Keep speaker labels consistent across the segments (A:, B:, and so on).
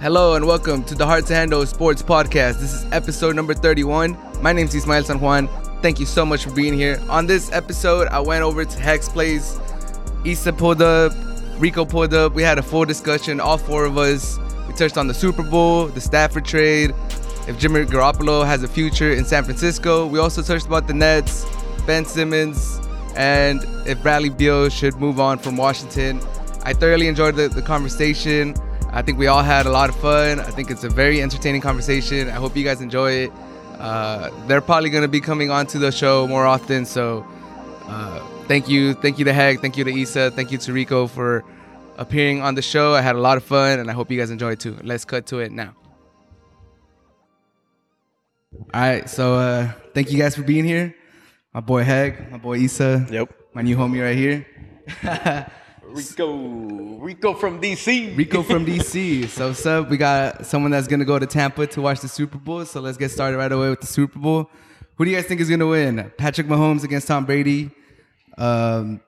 A: Hello and welcome to the Heart to Handle Sports Podcast. This is episode number 31. My name's Ismael San Juan. Thank you so much for being here. On this episode, I went over to Hex Place. Issa pulled up, Rico pulled up. We had a full discussion, all four of us. We touched on the Super Bowl, the Stafford trade, if Jimmy Garoppolo has a future in San Francisco. We also touched about the Nets, Ben Simmons, and if Bradley Beal should move on from Washington. I thoroughly enjoyed the, the conversation. I think we all had a lot of fun. I think it's a very entertaining conversation. I hope you guys enjoy it. Uh, they're probably going to be coming onto the show more often. So uh, thank you. Thank you to Hag. Thank you to Issa. Thank you to Rico for appearing on the show. I had a lot of fun and I hope you guys enjoy it too. Let's cut to it now. All right, so uh, thank you guys for being here. My boy Hag, my boy Issa.
B: Yep.
A: My new homie right here.
B: Rico, Rico from DC.
A: Rico from DC. So what's up? We got someone that's gonna go to Tampa to watch the Super Bowl. So let's get started right away with the Super Bowl. Who do you guys think is gonna win? Patrick Mahomes against Tom Brady. Um,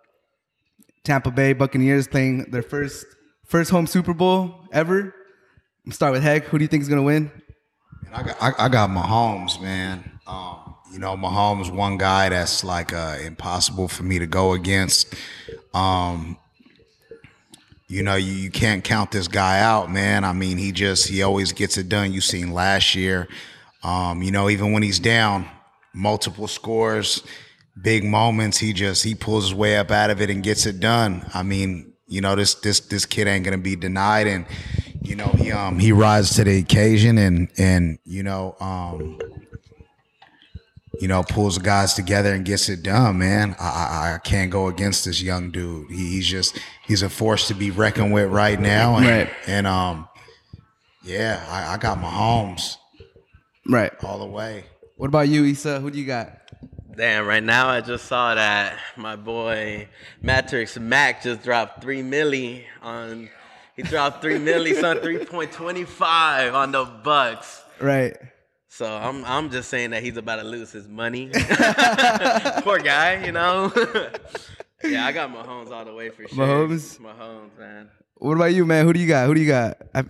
A: Tampa Bay Buccaneers playing their first first home Super Bowl ever. I'll start with Hag. Who do you think is gonna win?
C: I got, I, I got Mahomes, man. Um, you know, Mahomes, one guy that's like uh, impossible for me to go against. Um, you know, you, you can't count this guy out, man. I mean, he just he always gets it done. You seen last year. Um, you know, even when he's down, multiple scores, big moments, he just he pulls his way up out of it and gets it done. I mean, you know, this this this kid ain't gonna be denied and you know, he um he rises to the occasion and and you know, um you know, pulls the guys together and gets it done, man. I, I, I can't go against this young dude. He, he's just he's a force to be reckoned with right now. And,
A: Right.
C: and um, yeah, I, I got Mahomes
A: Right.
C: all the way.
A: What about you, Issa? Who do you got?
B: Damn, right now I just saw that my boy Matrix Mac just dropped three milli on he dropped three milli on three point twenty five on the Bucks.
A: Right.
B: So I'm I'm just saying that he's about to lose his money. Poor guy, you know. yeah, I got Mahomes all the way for sure.
A: Mahomes?
B: Mahomes, man.
A: What about you, man? Who do you got? Who do you got? I,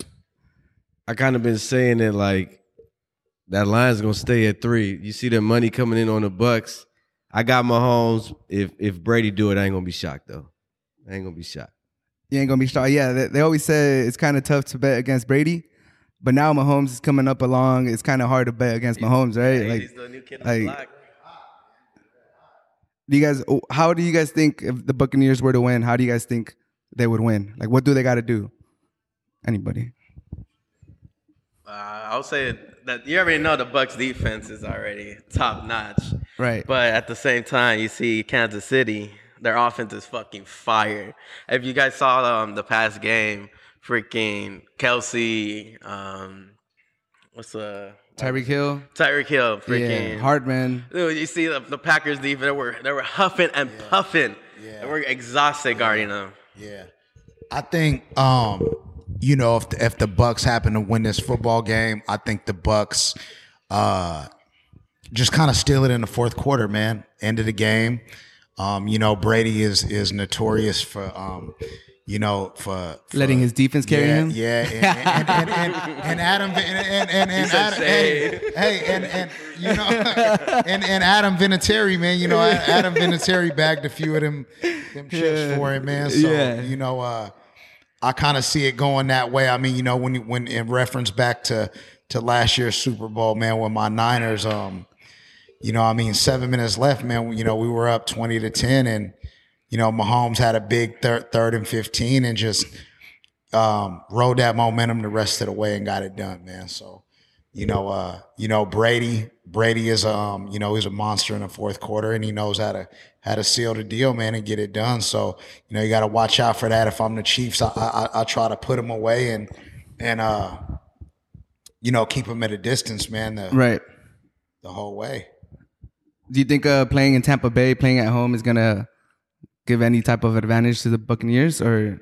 D: I kind of been saying that like that line's gonna stay at three. You see the money coming in on the Bucks. I got my homes. If if Brady do it, I ain't gonna be shocked though. I ain't gonna be shocked.
A: you ain't gonna be strong. Yeah, they, they always said it's kind of tough to bet against Brady, but now Mahomes is coming up along. It's kind of hard to bet against Mahomes, right?
B: Hey,
A: Like,
B: he's the new kid on
A: like-
B: the block.
A: do you guys? oh, How do you guys think if the Buccaneers were to win? How do you guys think they would win? Like, what do they got to do? Anybody?
B: Uh, I'll say that you already know the Bucks defense is already top notch.
A: Right.
B: But at the same time, you see Kansas City, their offense is fucking fire. If you guys saw um, the past game, freaking Kelsey, um, what's uh
A: Tyreek Hill,
B: Tyreek Hill, freaking
A: yeah, Hardman.
B: Dude, you see the, the Packers defense, they were they were huffing and puffing.
C: Yeah.
B: They were exhausted guarding them.
C: Yeah, I think um, you know if the, if the Bucks happen to win this football game, I think the Bucks uh, just kind of steal it in the fourth quarter, man. End of the game. Um, you know Brady is is notorious for um, you know for, for
A: Letting his defense carry
C: yeah,
A: him?
C: Yeah, and, and, and, and, and Adam and and and, and
B: said
C: Adam,
B: shade.
C: hey, hey, and and you know, and and Adam Vinatieri, man, you know, Adam Vinatieri bagged a few of them them chips
A: Yeah.
C: for it, man. So
A: Yeah.
C: you know, uh, I kind of see it going that way. I mean, you know, when you- when in reference back to to last year's Super Bowl, man, when my Niners, um, you know, I mean, seven minutes left, man. You know, we were up twenty to ten, and you know, Mahomes had a big third third and fifteen, and just um, rode that momentum the rest of the way and got it done, man. So, you know, uh, you know, Brady, Brady is um, you know, he's a monster in the fourth quarter and he knows how to how to seal the deal, man, and get it done. So, you know, you gotta watch out for that. If I'm the Chiefs, I I, I- I try to put him away and and uh you know, keep him at a distance, man, the,
A: Right.
C: the whole way.
A: Do you think uh, playing in Tampa Bay, playing at home, is gonna give any type of advantage to the Buccaneers? Or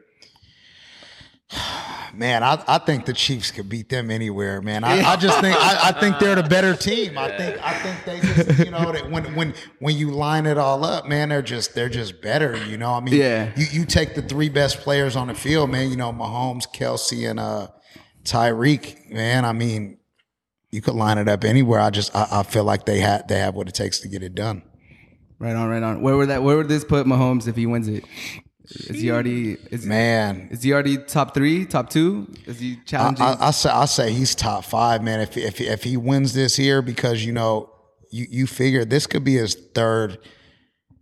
C: Man, I, I think the Chiefs could beat them anywhere, man. I, I just think I, I think they're the better team. I think I think they just you know that when when when you line it all up, man, they're just they're just better. You know, I mean,
A: Yeah.
C: You you take the three best players on the field, man. You know, Mahomes, Kelsey, and uh Tyreek, man, I mean, you could line it up anywhere. I just I, I feel like they had they have what it takes to get it done.
A: Right on, right on. Where would that? Where would this put Mahomes if he wins it? Is he already? Is,
C: Man,
A: is he already top three? Top two? Is he
C: I,
A: challenging?
C: I, I say I say he's top five, man. If if if he wins this here, because you know you you figure this could be his third.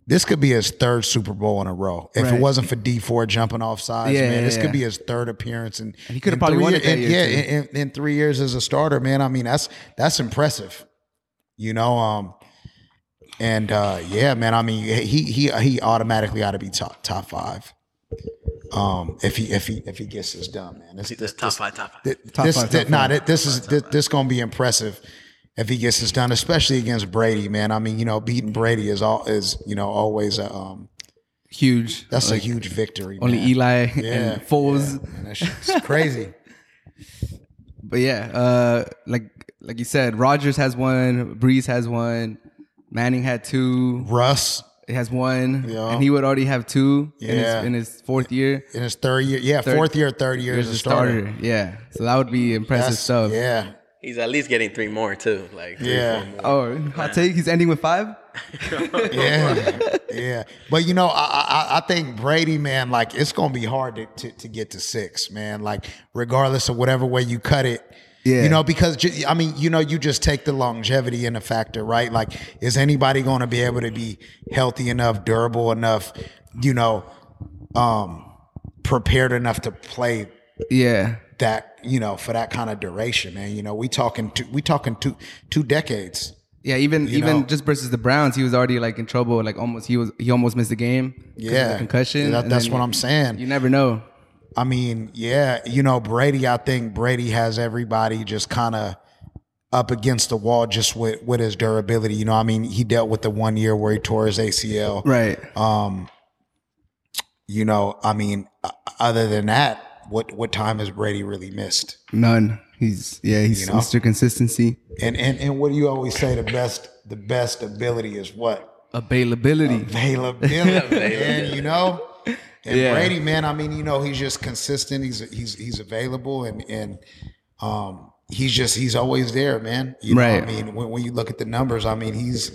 C: This could be his third Super Bowl in a row. If
A: Right.
C: it wasn't for D four jumping off sides,
A: Yeah,
C: man,
A: yeah,
C: this
A: yeah.
C: could be his third appearance. And
A: he could've probably won it that year,
C: yeah,
A: too.
C: in, in, in three years as a starter, man. I mean, that's that's impressive. You know, um, and uh, yeah, man. I mean, he he he automatically ought to be top top five. Um, if he if he if he gets this done, man, this, this,
B: This top five, top five.
C: Th- this,
A: five,
C: th-
A: top
C: nah, th- this is this, this gonna be impressive if he gets this done, especially against Brady, man. I mean, you know, beating Brady is all is you know always a um,
A: huge.
C: that's a huge victory.
A: Only
C: man.
A: Eli
C: yeah,
A: and Foles.
C: yeah, man, that shit's crazy.
A: But yeah, uh, like like you said, Rogers has one, Breeze has one, Manning had two,
C: Russ
A: it has one,
C: Yeah.
A: and he would already have two in,
C: Yeah.
A: his, in his fourth year
C: in his third year, yeah,
A: Third-
C: fourth year, third year
A: as
C: as
A: a
C: a starter.
A: starter. Yeah, so that would be impressive
C: That's-
A: stuff.
C: Yeah,
B: He's at least getting three more too. Like three,
C: Yeah.
B: four more.
A: Oh, hot take. He's ending with five.
C: yeah, yeah. But you know, I, I I- I think Brady, man, like it's gonna be hard to, to to get to six, man. Like regardless of whatever way you cut it,
A: Yeah.
C: You know, because ju- I mean, you know, you just take the longevity in the factor, right? Like, is anybody going to be able to be healthy enough, durable enough, you know, um, prepared enough to play
A: Yeah,
C: that, you know, for that kind of duration, man? You know, we talking two, we talking two two decades.
A: yeah. Even
C: You
A: even
C: know.
A: just versus the Browns, he was already like in trouble. Like almost he was he almost missed the game. 'cause of the
C: Yeah,
A: concussion.
C: That-
A: and
C: that's
A: then
C: what I'm saying.
A: You never know.
C: I mean, yeah, you know, Brady, I think Brady has everybody just kind of up against the wall just with, with his durability. You know, I mean, he dealt with the one year where he tore his ACL.
A: Right.
C: Um, you know, I mean, o- other than that, what, what time has Brady really missed?
A: None. He's yeah. He's
C: You know.
A: Mr. Consistency.
C: And, and, and what do you always say? The best, the best ability is what?
A: Availability.
C: Uh, availability, man. You know, and
A: Yeah.
C: Brady, man. I mean, you know, he's just consistent. He's he's he's available, and and um, he's just he's always there, man. You know,
A: Right.
C: I mean, when, when you look at the numbers, I mean, he's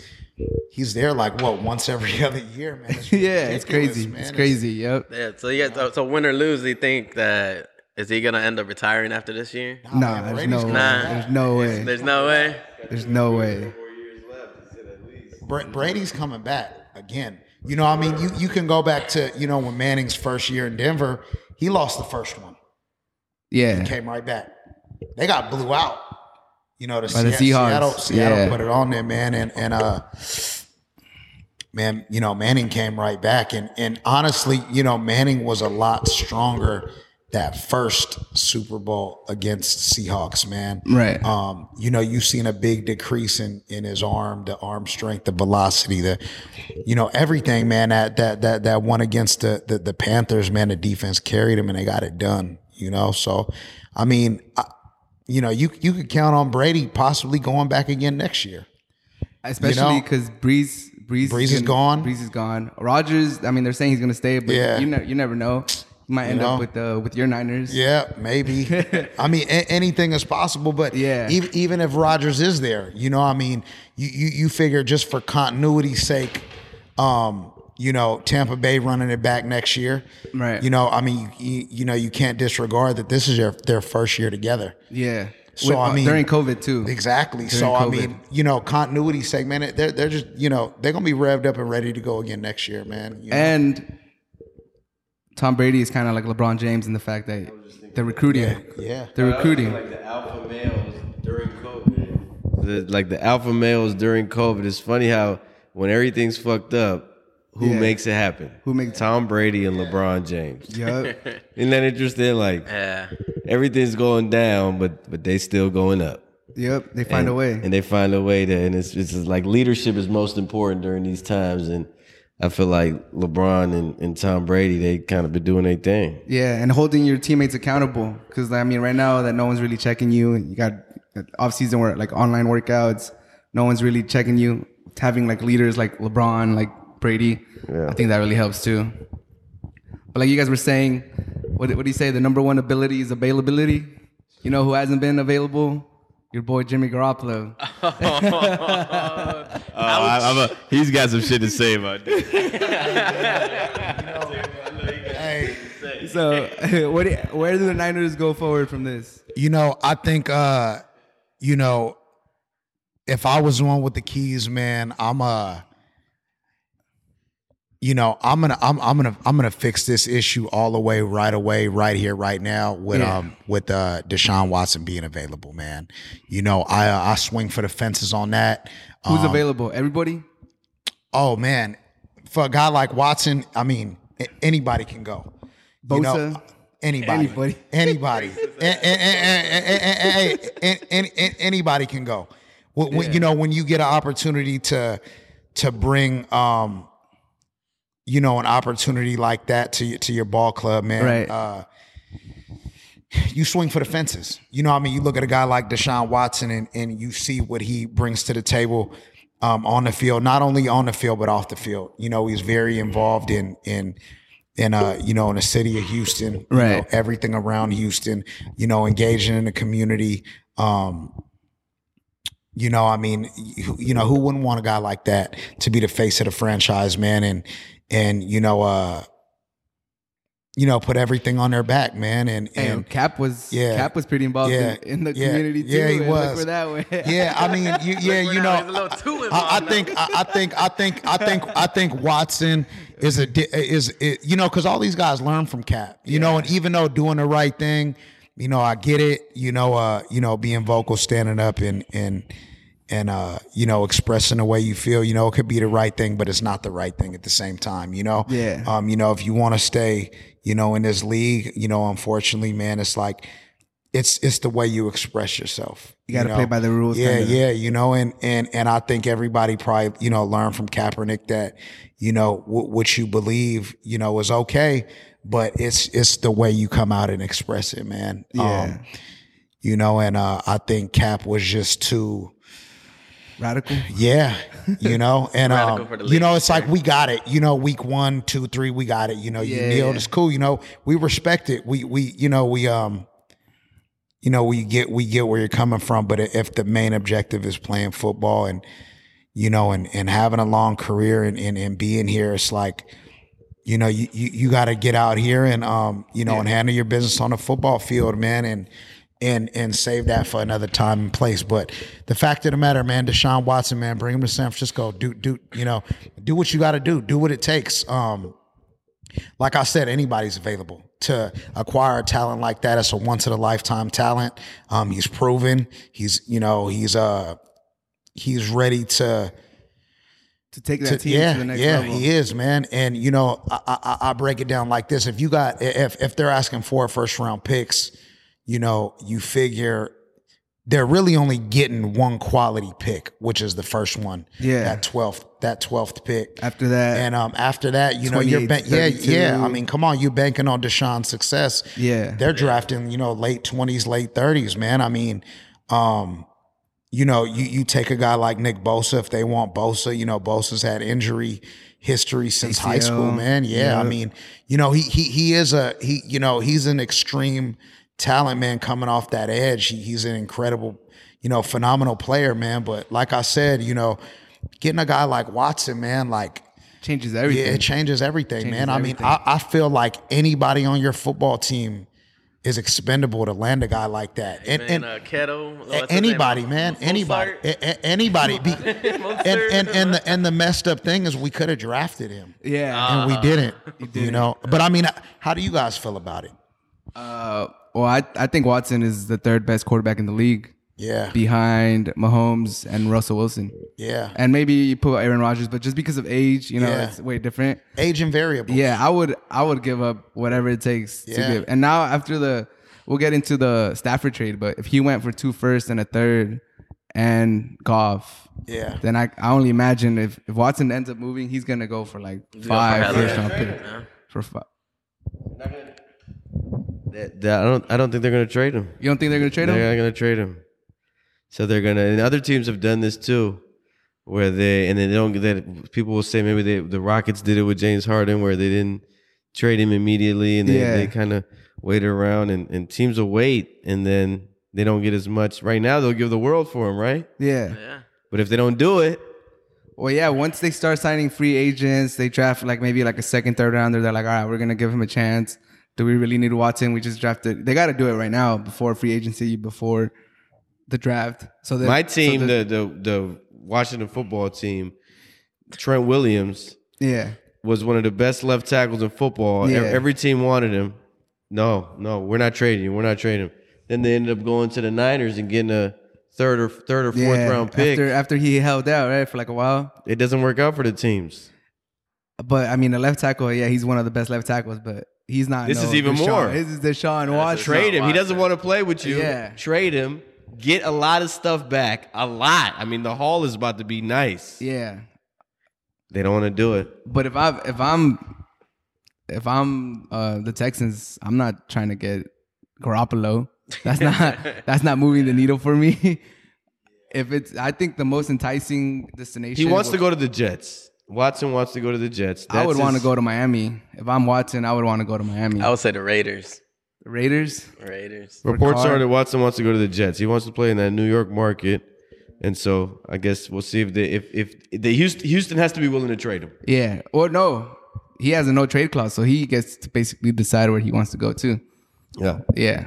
C: he's there like what once every other year, man. It's
A: yeah, it's
C: ridiculous,
A: crazy.
C: man.
A: It's crazy. Yep.
B: Yeah. So yeah. So, so win or lose, do you think that is he gonna end up retiring after this year?
C: Oh,
A: Nah,
C: man,
A: there's
C: Brady's
A: no, way.
C: gonna
B: Nah.
A: there's no way. There's,
B: There's no way.
A: no way.
C: Bra- Brady's coming back again. You know, I mean, you you can go back to you know when Manning's first year in Denver, he lost the first one.
A: Yeah,
C: came right back. They got blew out. You know, the,
A: By the
C: Seah-
A: Seahawks.
C: Seattle, Seattle
A: Yeah.
C: put it on there, man, and and uh, man, you know, Manning came right back, and and honestly, you know, Manning was a lot stronger that first Super Bowl against Seahawks, man.
A: Right.
C: Um, you know, you've seen a big decrease in in his arm, the arm strength, the velocity, the, you know, everything, man. That that that that one against the the, the Panthers, man, the defense carried him and they got it done. You know, so I mean, I, you know, you you could count on Brady possibly going back again next year.
A: especially
C: know.
A: because Breeze, Breeze,
C: Breeze is gone.
A: Breeze is gone. Rogers. I mean, they're saying he's gonna stay, but
C: Yeah.
A: you never, you never know. You might end
C: know.
A: up with uh, with your Niners.
C: Yeah, maybe. I mean, a- anything is possible. But
A: Yeah.
C: even, even if Rogers is there, you know, I mean, you you, you figure just for continuity's sake, um, you know, Tampa Bay running it back next year,
A: Right.
C: You know, I mean, you, you, you know, you can't disregard that this is their their first year together.
A: Yeah.
C: So,
A: With- uh,
C: I mean-
A: during COVID too.
C: Exactly. so I
A: COVID.
C: mean, you know, continuity sake, man. They're they're just you know they're gonna be revved up and ready to go again next year, man. you know?
A: And Tom Brady is kind of like LeBron James in the fact that they're recruiting.
C: yeah.
A: They're recruiting.
E: the alpha males during COVID.
D: The, like the alpha males during COVID. It's funny how when everything's fucked up, who
A: Yeah.
D: makes it happen?
A: Who makes-
D: Tom Brady and LeBron James?
A: Yup.
D: Isn't that interesting? Like
B: Yeah.
D: everything's going down, but but they still going up.
A: Yep. They find
D: and,
A: a way.
D: and they find a way to. And it's it's just like leadership is most important during these times. And I feel like LeBron and, and Tom Brady, they kind of been doing their thing.
A: Yeah, and holding your teammates accountable because I mean, right now that no one's really checking you. You got off season work like online workouts. No one's really checking you. Having like leaders like LeBron, like Brady, I think that really helps too. But like you guys were saying, what what do you say? The number one ability is availability. You know who hasn't been available? Your boy Jimmy Garoppolo.
F: Oh, I, I'm a, he's got some shit to say about this.
C: Hey,
A: so, what? Do you- where do the Niners go forward from this?
C: you know, I think uh, you know, if I was one with the keys, man, I'm uh you know, I'm gonna I'm I'm gonna I'm gonna fix this issue all the way right away, right here, right now, with
A: Yeah.
C: um with uh Deshaun Watson being available, man. You know, I uh, I swing for the fences on that.
A: Who's
C: Um,
A: available? Everybody.
C: oh man, for a guy like Watson, I mean, a- anybody can go. You know,
A: Bosa.
C: anybody,
A: Anybody.
C: anybody, A- a- a- a- a- a- a- a- a- a- anybody can go. When, when- You know, when you get an opportunity to to bring, um, you know, an opportunity like that to y- to your ball club, man.
A: Right.
C: Uh, you swing for the fences. You know, what I mean, you look at a guy like Deshaun Watson and, and you see what he brings to the table um, on the field, not only on the field but off the field. You know, he's very involved in in in uh you know in the city of Houston, you know,
A: Right.
C: everything around Houston. You know, engaging in the community. Um, you know, I mean, you, you know, who wouldn't want a guy like that to be the face of the franchise, man? And and you know, uh, you know, put everything on their back, man. And and
A: And Cap was
C: Yeah.
A: Cap was pretty involved
C: Yeah.
A: in, in the
C: Yeah.
A: community too.
C: Yeah, he
A: and Look
C: was.
A: where that went.
C: yeah, I mean, you, yeah,
B: we're
C: you
B: now- he's a
C: know,
B: little too
C: I, I
B: involved now.
C: think, I, I think, I think, I think, I think Watson is a di- is it, you know because all these guys learn from Cap, you know, and even though doing the right thing, you know, I get it, you know, uh, you know, being vocal, standing up, and and and uh, you know, expressing the way you feel, you know, it could be the right thing, but it's not the right thing at the same time, you know.
A: Yeah.
C: Um, you know, if you want to stay, you know, in this league, you know, unfortunately, man, it's like. It's it's the way you express yourself.
A: You gotta
C: know?
A: play by the rules,
C: Yeah,
A: kinda.
C: yeah. Yeah, you know, and and and I think everybody probably you know learned from Kaepernick that you know w- what you believe you know is okay, but it's it's the way you come out and express it, man. Um,
A: Yeah.
C: you know, and uh, I think Cap was just too.
A: Radical.
C: Yeah, you know, and
B: Radical
C: um,
B: for the
C: you know,
B: league,
C: it's like we got it. You know, week one, two, three, we got it. You know,
A: Yeah,
C: you kneel,
A: yeah.
C: it's cool. You know, we respect it. We we you know we um, you know we get we get where you're coming from. But if the main objective is playing football and you know and and having a long career and and, and being here, it's like you know you you, you got to get out here and um you know and handle your business on the football field, man, and. And, and save that for another time and place. But the fact of the matter, man, Deshaun Watson, man, bring him to San Francisco. Do do you know? Do what you got to do. Do what it takes. Um, like I said, anybody's available to acquire a talent like that. It's a once in a lifetime talent. Um, he's proven. He's you know he's uh he's ready to
A: To take that
C: to-
A: team
C: yeah,
A: to the next
C: yeah,
A: level.
C: he is, man. And you know, I, I, I break it down like this: if you got, if if they're asking for first round picks, you know, you figure they're really only getting one quality pick, which is the first one.
A: Yeah.
C: that twelfth, that twelfth pick.
A: After that,
C: And um, after that, you know, you're
A: 28,
C: ban- yeah,
A: 32.
C: yeah. I mean, come on, you're banking on Deshaun's success.
A: Yeah.
C: they're drafting, you know, late twenties, late thirties, man. I mean, um, you know, you you take a guy like Nick Bosa if they want Bosa. You know, Bosa's had injury history since high
A: ACL,
C: school, man. Yeah, I mean, you know, he he he is a he. You know, he's an extreme talent, man. Coming off that edge, he, he's an incredible, you know, phenomenal player, man. But like I said, you know, getting a guy like Watson, man, like.
A: changes everything.
C: Yeah, it changes everything,
A: Changes
C: man. I mean,
A: everything.
C: I, I feel like anybody on your football team is expendable to land a guy like that. And,
B: Man,
C: and
B: uh, Kettle,
C: a-
B: what's his name? uh,
C: anybody, man,
B: Mozart?
C: anybody, a- a- anybody. Be,
B: Mozart?
C: and and and the, and the messed up thing is we could have drafted him,
A: Yeah.
C: and
B: Uh,
C: we didn't. You know, but I mean, how do you guys feel about it?
A: Uh, well, I, I think Watson is the third best quarterback in the league
C: Yeah,
A: behind Mahomes and Russell Wilson.
C: yeah.
A: And maybe you put Aaron Rodgers, but just because of age, you know,
C: Yeah.
A: it's way different.
C: Age invariable.
A: Yeah, I would I would give up whatever it takes to
C: Yeah.
A: give. And now after the we'll get into the Stafford trade, but if he went for two first and a third and golf,
C: yeah.
A: then I, I only imagine if, if Watson ends up moving, he's gonna go for like five
B: at
A: first
B: least.
A: round pick.
B: Yeah.
A: For five.
D: That- that- I don't. I don't think they're gonna trade him.
A: You don't think they're gonna trade him?
D: They're not gonna trade him. So they're gonna. And other teams have done this too, where they and then they don't. That people will say maybe they, the Rockets did it with James Harden, where they didn't trade him immediately, and they,
A: Yeah.
D: they kind of wait around, and, and teams will wait, and then They don't get as much right now. They'll give the world for him, right?
A: Yeah.
B: Yeah.
D: But if they don't do it,
A: Well, yeah. Once they start signing free agents, they draft like maybe like a second, third rounder. They're like, all right, we're gonna give him a chance. Do we really need Watson? We just drafted. They got to do it right now before free agency, before the draft. So that,
D: my
A: so
D: team,
A: that-
D: the, the the Washington football team, Trent Williams
A: yeah,
D: was one of the best left tackles in football. E-
A: Yeah.
D: Every team wanted him. No, no, we're not trading him. We're not trading him. Then they ended up going to the Niners and getting a third or third or fourth
A: yeah.
D: round pick.
A: after after he held out right for like a while.
D: it doesn't work out for the teams.
A: But I mean, the left tackle, yeah, he's one of the best left tackles, but he's not.
D: This
A: no
D: is even
A: Deshaun.
D: more.
A: This is Deshaun Watson.
D: Trade him. He doesn't
B: Watson.
D: want to play with you.
A: Yeah.
D: Trade him. Get a lot of stuff back. A lot. I mean, the haul is about to be nice.
A: Yeah,
D: They don't want to do it.
A: but if I if I'm if I'm uh the Texans, I'm not trying to get Garoppolo. That's not that's not moving the needle for me. If it's, I think the most enticing
D: He
A: destination.
D: wants to
A: would-
D: go to the Jets. Watson wants to go to the Jets.
A: I would
D: That's
A: want to
D: his-
A: go to Miami. If I'm Watson, I would want to go to Miami.
B: I would say the Raiders.
A: Raiders.
B: Raiders.
D: Reports
A: Carr.
D: are that Watson wants to go to the Jets. He wants to play in that New York market, and so I guess we'll see if they if if the Houston Houston has to be willing to trade him.
A: Yeah. Or no, he has a no trade clause, so he gets to basically decide where he wants to go to.
D: Yeah,
A: Yeah.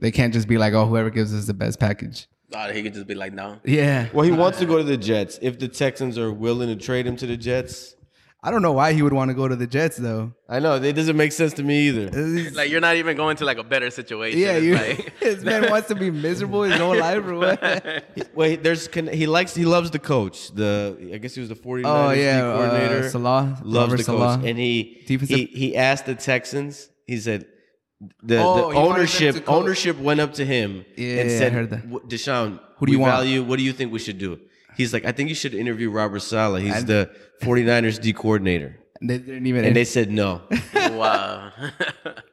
A: They can't just be like, oh, whoever gives us the best package.
B: Oh, he could just be like, no.
A: Yeah.
D: Well, he wants to go to the Jets. If the Texans are willing to trade him to the Jets,
A: I don't know why he would want to go to the Jets though.
D: I know it doesn't make sense to me either.
B: Like you're not even going to like a better situation.
A: Yeah,
B: It's
A: you,
B: like-
A: this man wants to be miserable his whole life or what?
D: Wait, there's con- he likes he loves the coach. The I guess he was the 49ers
A: Oh yeah,
D: D coordinator.
A: uh, Salah
D: loves
A: Robert
D: the
A: Salah.
D: coach, and he
A: Defensive-
D: he he asked the Texans. He said the,
A: Oh,
D: the
A: he wanted them to
D: ownership
A: coach.
D: ownership went up to him
A: Yeah, I
D: and said,
A: heard that.
D: "W- "Deshaun,
A: Who do you
D: we
A: want?"
D: value? What do you think we should do?" He's like, "I think you should interview Robert Sala. He's the 49ers D coordinator."
A: they didn't even.
D: And they said no.
B: wow.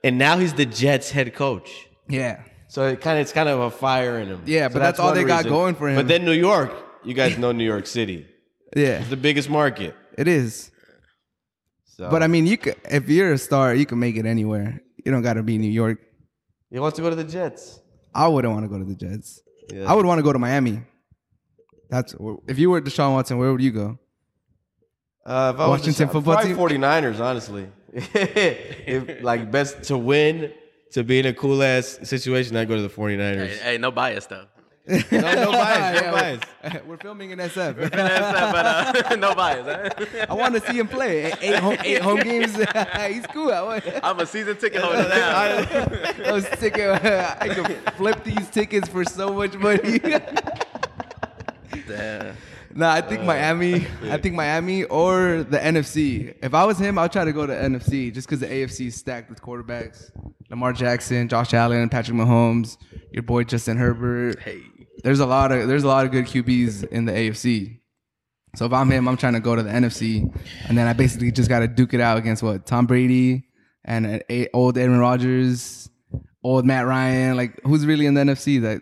D: and now he's the Jets head coach.
A: yeah,
D: So it kind of it's kind of a fire in him.
A: Yeah,
D: So
A: but that's all
D: one
A: they got going for him.
D: But then New York, you guys know New York City,
A: yeah,
D: it's the biggest market.
A: it is.
D: So
A: But I mean, you could if you're a star, you can make it anywhere. You don't got to be New York.
D: he wants to go to the Jets.
A: I wouldn't want to go to the Jets.
D: Yeah.
A: I would want to go to Miami. That's if you were Deshaun Watson, where would you go?
D: Uh, if I was
A: Washington
D: Deshaun-
A: football
D: probably
A: team?
D: 49ers, honestly. if, like best to win, to be in a cool ass situation, I go to the 49ers.
B: hey, hey, no bias though.
D: No, no
A: Yeah,
D: bias, no bias.
A: we're- We're filming in SF.
B: That's not- but, uh, no bias. Huh?
A: I want to see him play Eight- eight home, eight home games. He's cool. I want,
B: I'm a season ticket holder now.
A: those ticket, I could flip these tickets for so much money.
B: Damn.
A: nah, I think Miami. I think Miami or the NFC. If I was him, I'd try to go to NFC just because the AFC is stacked with quarterbacks: Lamar Jackson, Josh Allen, Patrick Mahomes, your boy Justin Herbert.
B: Hey.
A: There's a lot of there's a lot of good QBs in the AFC. So if I'm him, I'm trying to go to the NFC, and then I basically just got to duke it out against what Tom Brady and an a- old Aaron Rodgers, old Matt Ryan. Like who's really in the NFC? That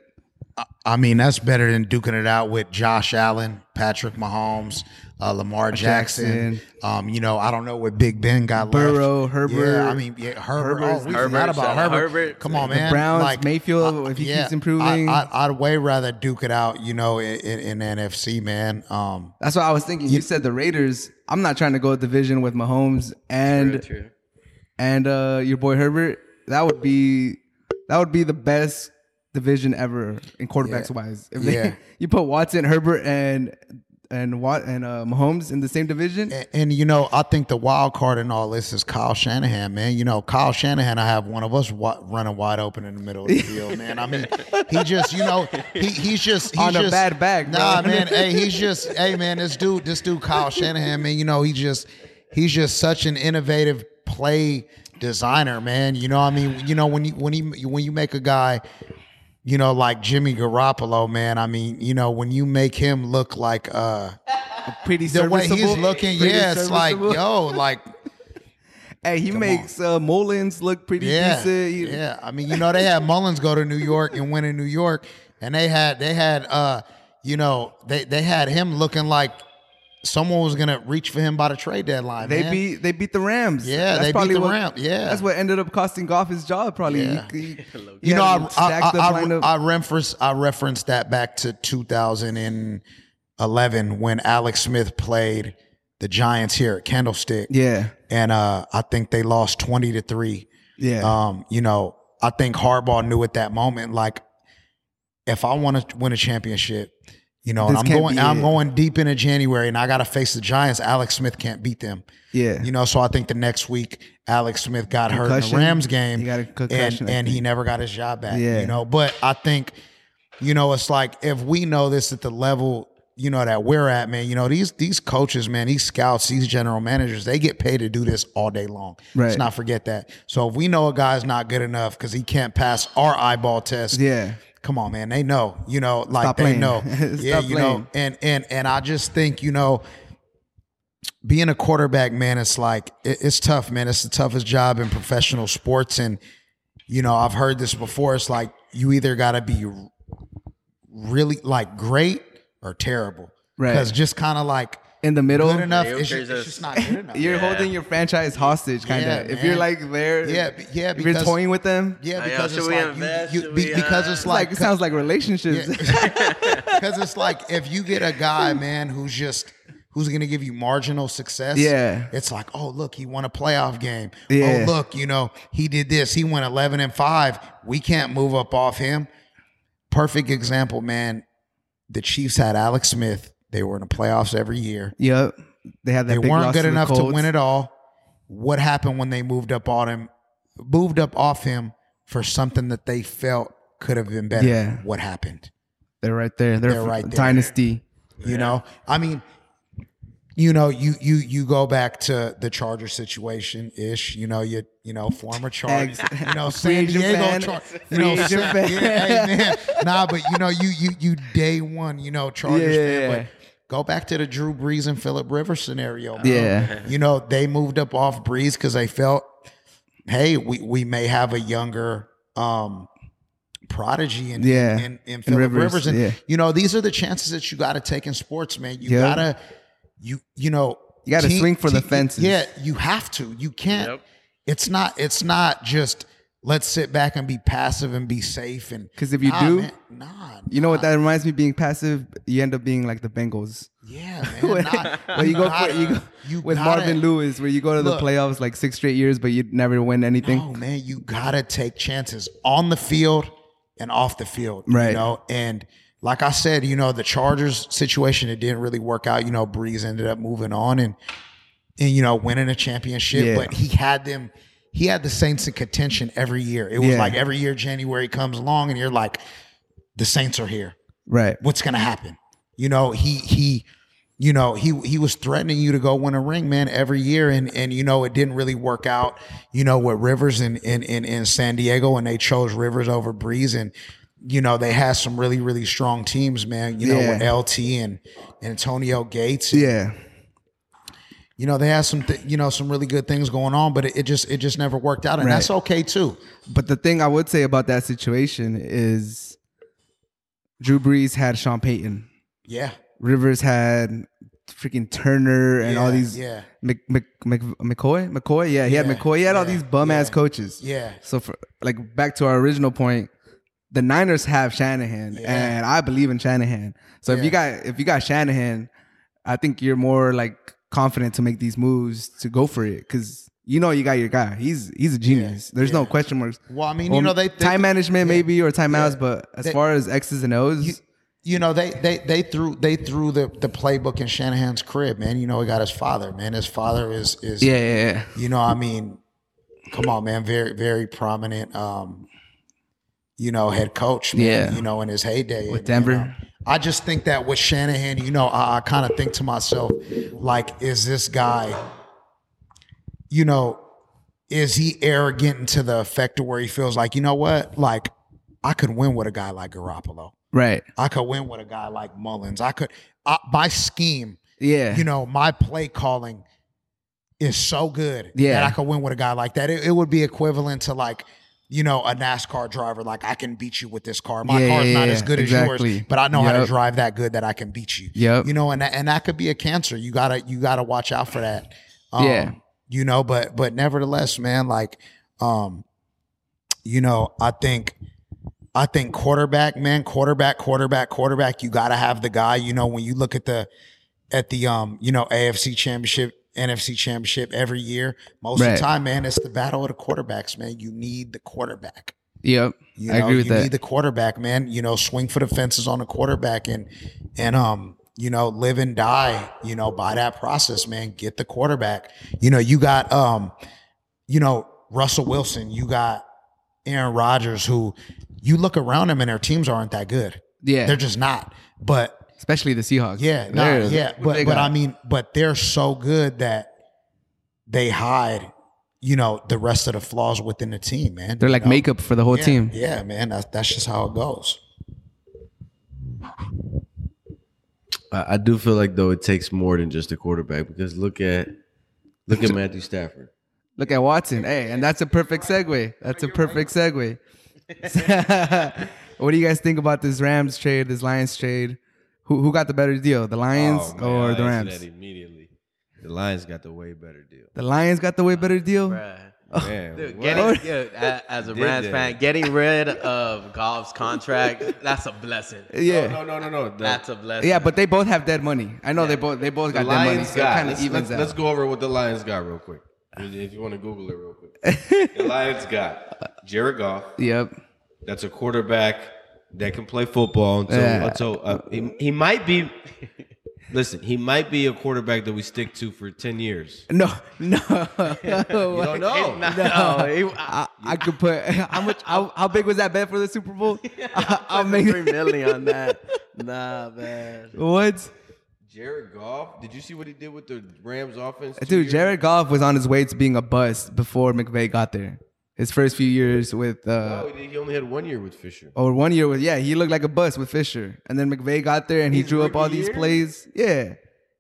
C: I mean, that's better than duking it out with Josh Allen, Patrick Mahomes, uh, Lamar Jackson.
A: Jackson.
C: Um, you know, I don't know what Big Ben got
A: Burrow,
C: left.
A: Herbert.
C: Yeah, I mean, yeah, Herbert. Oh, we forgot
B: Herbert,
C: about
B: shout out
C: Herbert.
B: Herbert.
C: Come on,
A: The
C: man.
A: Browns, Mayfield,
C: I-
A: if he keeps improving.
C: I, I, I'd way rather duke it out, you know, in, in, in NFC, man. Um,
A: that's what I was thinking. You said the Raiders. I'm not trying to go division with Mahomes and
B: True.
A: and uh, your boy Herbert. That would be that would be the best division ever in quarterbacks wise. If they,
C: Yeah.
A: you put Watson, Herbert, and and Wat and uh, Mahomes in the same division.
C: and, and, you know, I think the wild card in all this is Kyle Shanahan, man. You know, Kyle Shanahan, I have one of us wi- running wide open in the middle of the field, man. I mean, he just, you know, he, he's just he's
A: On a
C: just-
A: bad bag, bro.
C: Nah, man. Hey, he's just, hey, man. This dude, this dude, Kyle Shanahan, man. You know, he just, he's just such an innovative play designer, man. You know, what I mean, you know, when you when he when you make a guy you know, like Jimmy Garoppolo, man. I mean, you know, when you make him look like uh
A: Pretty
C: the way
A: serviceable.
C: he's looking,
A: Pretty
C: yeah, it's like,
A: serviceable.
C: yo, like,
A: Hey, he makes uh, Mullins look pretty
C: yeah,
A: decent. He-
C: yeah. I mean, you know, they had Mullins go to New York and win in New York, and they had they had uh, you know, they they had him looking like someone was gonna reach for him by the trade deadline.
A: They
C: man.
A: beat they beat the Rams.
C: Yeah, they beat the
A: what-
C: Rams. Yeah.
A: that's what ended up costing Goff his job. Probably.
C: Yeah.
A: He- he- he
C: You know,
A: had
C: I
A: him
C: I,
A: stacked up, lined
C: I,
A: up.
C: I, I reference I referenced that back to 2011 when Alex Smith played the Giants here at Candlestick,
A: yeah,
C: and uh, I think they lost 20 to three.
A: yeah,
C: Um, you know, I think Harbaugh knew at that moment, like, if I want to win a championship, you know, and
A: This
C: I'm
A: can't
C: going,
A: be
C: I'm
A: it.
C: going deep into January, and I got to face the Giants. Alex Smith can't beat them,
A: yeah.
C: you know. So I think the next week, Alex Smith got hurt in the
A: Concussion.
C: Rams game,
A: He got a concussion,
C: and
A: I
C: and he
A: think.
C: never got his job back.
A: Yeah.
C: you know. But I think, you know, it's like if we know this at the level. You know that we're at, man. You know these these coaches, man. These scouts, these general managers, they get paid to do this all day long.
A: Right.
C: Let's not forget that. So if we know a guy's not good enough because he can't pass our eyeball test,
A: Yeah.
C: Come on, man. They know. You know, like
A: Stop
C: they
A: playing.
C: know. yeah,
A: Stop
C: you
A: playing.
C: know. And and and I just think you know, being a quarterback, man, it's like it- it's tough, man. It's the toughest job in professional sports, and you know, I've heard this before. It's like you either got to be really like great or terrible,
A: Right.
C: Because just kind of like
A: In the middle,
C: good enough,
B: Mediocre
C: it's ju- it's
B: is
C: just,
B: just-
C: not good enough.
A: you're holding your franchise hostage, kind of.
C: Yeah,
A: if
C: man.
A: you're like there,
C: Yeah, be- yeah,
A: if you're
C: because-
A: toying with them,
C: Yeah,
B: Like, yo,
C: because
B: should
C: it's
B: we
C: like
B: invest?
C: you, you,
B: Should
C: be,
B: we,
C: because
B: uh,
C: it's
A: it's like,
C: like
A: it sounds like relationships.
C: because it's like if you get a guy, man, who's just who's gonna give you marginal success.
A: Yeah.
C: it's like, oh look, he won a playoff game.
A: Yeah.
C: Oh look, you know he did this. He went eleven and five. We can't move up off him. Perfect example, man. The Chiefs had Alex Smith. They were in the playoffs every year.
A: yep, they have that.
C: They
A: big
C: weren't
A: loss
C: good
A: the
C: enough to
A: Colts.
C: win it all. What happened when they moved up on him? Moved up off him for something that they felt could have been better.
A: Yeah.
C: What happened?
A: They're right there. They're,
C: They're
A: right
C: right there.
A: Dynasty.
C: You know, I mean, you know, you you you go back to the Charger situation ish. You know, you you know, former Chargers, you know, San
A: Free agent
C: Diego
A: fan.
C: Chargers. You
A: Free
C: know,
A: agent
C: San,
A: fan.
C: yeah, hey, man. nah, but you know, you you you day one, you know, Chargers fan.
A: Yeah.
C: But go back to the Drew Brees and Philip Rivers scenario. man.
A: Yeah,
C: You know, they moved up off Breeze because they felt, hey, we we may have a younger um prodigy in
A: Yeah.
C: in, in, in
A: In
C: Phillip Rivers.
A: Rivers,
C: And
A: yeah.
C: you know, these are the chances that you gotta take in sports, man. You
A: Yeah.
C: gotta you you know
A: You gotta swing for the fences.
C: Yeah, you have to. You can't
B: Yep.
C: it's not it's not just let's sit back and be passive and be safe and
A: 'Cause if you
C: Nah,
A: do-
C: man, nah,
A: you know what?
C: nah.
A: That reminds me. Being passive, you end up being like the Bengals.
C: yeah, man.
A: When-
C: nah,
A: Where you go for
C: gotta-
A: you go
C: you
A: with
C: gotta-
A: Marvin Lewis, where you go to the
C: Look.
A: playoffs like six straight years, but you never win anything.
C: No, man, you gotta take chances on the field and off the field. You
A: Right.
C: know, and like I said, you know, the Chargers situation, it didn't really work out. You know, Breeze ended up moving on and and you know, winning a championship.
A: Yeah.
C: But he had them, he had the Saints in contention every year. It was
A: Yeah.
C: like every year January comes along and you're like, the Saints are here
A: Right.
C: what's gonna happen you know he he you know he he was threatening you to go win a ring man every year and and you know it didn't really work out you know with rivers in in in, in san diego and they chose rivers over breeze and you know they had some really really strong teams man you know
A: Yeah.
C: with lt and antonio gates
A: Yeah.
C: you know they had some th- you know some really good things going on but it, it just it just never worked out and
A: Right.
C: that's okay too
A: But the thing I would say about that situation is Drew Brees had Sean Payton.
C: yeah
A: Rivers had freaking Turner and all
C: Yeah,
A: these
C: yeah
A: Mc, Mc, Mc, McCoy, McCoy, yeah, he had
C: Yeah,
A: McCoy. He had all
C: yeah,
A: these bum ass
C: yeah,
A: coaches.
C: yeah
A: So for like back to our original point, the Niners have Shanahan,
C: Yeah.
A: and I believe in Shanahan. So if you got if you got Shanahan, I think you're more like confident to make these moves to go for it because you know you got your guy. He's he's a genius. There's no question marks.
C: well i mean you know they, they
A: time management maybe or timeouts, but as
C: They-
A: far as X's and O's,
C: you know they they they threw they threw the the playbook in Shanahan's crib, man. You know he got his father, man. His father is is
A: yeah, yeah, yeah,
C: You know I mean, come on, man. Very very prominent. Um, you know head coach, man.
A: Yeah.
C: You know in his heyday with
A: Denver.
C: I just think that with Shanahan, you know, I, I kind of think to myself, like, is this guy, you know, is he arrogant and to the effect of where he feels like, you know what, like, I could win with a guy like Garoppolo.
A: right,
C: I could win with a guy like Mullins. I could I, my scheme,
A: yeah,
C: you know, my play calling is so good
A: Yeah.
C: that I could win with a guy like that. It, it would be equivalent to like you know, a NASCAR driver. Like I can beat you with this car. My
A: Yeah,
C: car's
A: yeah,
C: not
A: yeah,
C: as good as
A: exactly.
C: yours, but I know how to
A: Yep.
C: drive that good that I can beat you.
A: Yep.
C: You know, and that, and that could be a cancer. You gotta you gotta watch out for that. Um,
A: Yeah.
C: You know, but but nevertheless, man, like, um, you know, I think I think quarterback, man, quarterback, quarterback, quarterback. You got to have the guy. You know, when you look at the at the um, you know, AFC Championship, NFC Championship every year, most of
A: Right.
C: the time, man, it's the battle of the quarterbacks, man. You need the quarterback.
A: Yep.
C: You
A: I
C: know,
A: agree with
C: you
A: that.
C: need the quarterback, man. You know, swing for the fences on the quarterback and and um, you know, live and die, you know, by that process, man. Get the quarterback. You know, you got um, you know, Russell Wilson, you got Aaron Rodgers, who you look around them and their teams aren't that good.
A: yeah.
C: They're just not. But
A: Especially the Seahawks.
C: yeah, nah,
A: They're-
C: yeah,
A: what
C: but
A: they
C: but
A: got?
C: I mean, but they're so good that they hide, you know, the rest of the flaws within the team, man.
A: they're
C: you
A: like
C: know?
A: makeup for the whole
C: yeah,
A: team.
C: Yeah, man, that's that's just how it goes.
D: I, I do feel like though it takes more than just a quarterback because look at look at Matthew Stafford.
A: Look at Watson. Hey, and that's a perfect segue. That's a perfect segue. what do you guys think about this Rams trade, this Lions trade? Who who got the better deal, the Lions
D: Oh, man,
A: or the
D: I'll answer
A: Rams?
D: that immediately. The Lions got the way better deal.
A: The Lions got the way better deal.
B: Bruh.
D: Man,
B: Dude,
D: what?
B: getting, dude, a- as a
D: Did
B: Rams
D: that.
B: fan, getting rid of Goff's contract, that's a blessing.
A: Yeah,
D: No, no, no, no. The,
B: That's a blessing.
A: yeah, but they both have dead money. I know they both they both got
D: the
A: dead money,
D: Lions
A: so it
D: got.
A: kind
D: Let's,
A: of evens
D: let's, let's
A: out.
D: go over what the Lions got real quick. If if you want to Google it real quick, the Lions got Jared Goff.
A: Yep.
D: That's a quarterback that can play football until
A: Yeah.
D: until uh, he, he might be. Listen, he might be a quarterback that we stick to for ten years.
A: No, no.
D: You don't
C: oh,
D: know.
B: no, Oh, he-
A: I, I could put how much? How, how big was that bet for the Super Bowl? I, I'll make
B: three million on that. Nah, man.
A: what?
D: Jared Goff. Did you see what he did with the Rams offense? two
A: Dude,
D: years
A: Jared Goff was on his way to being a bust before McVay got there. His first few years with, uh,
D: ago? No, he only had one year with Fisher.
A: or one year with, yeah, he looked like a bust with Fisher. And then McVay got there and he drew up all these plays. Yeah,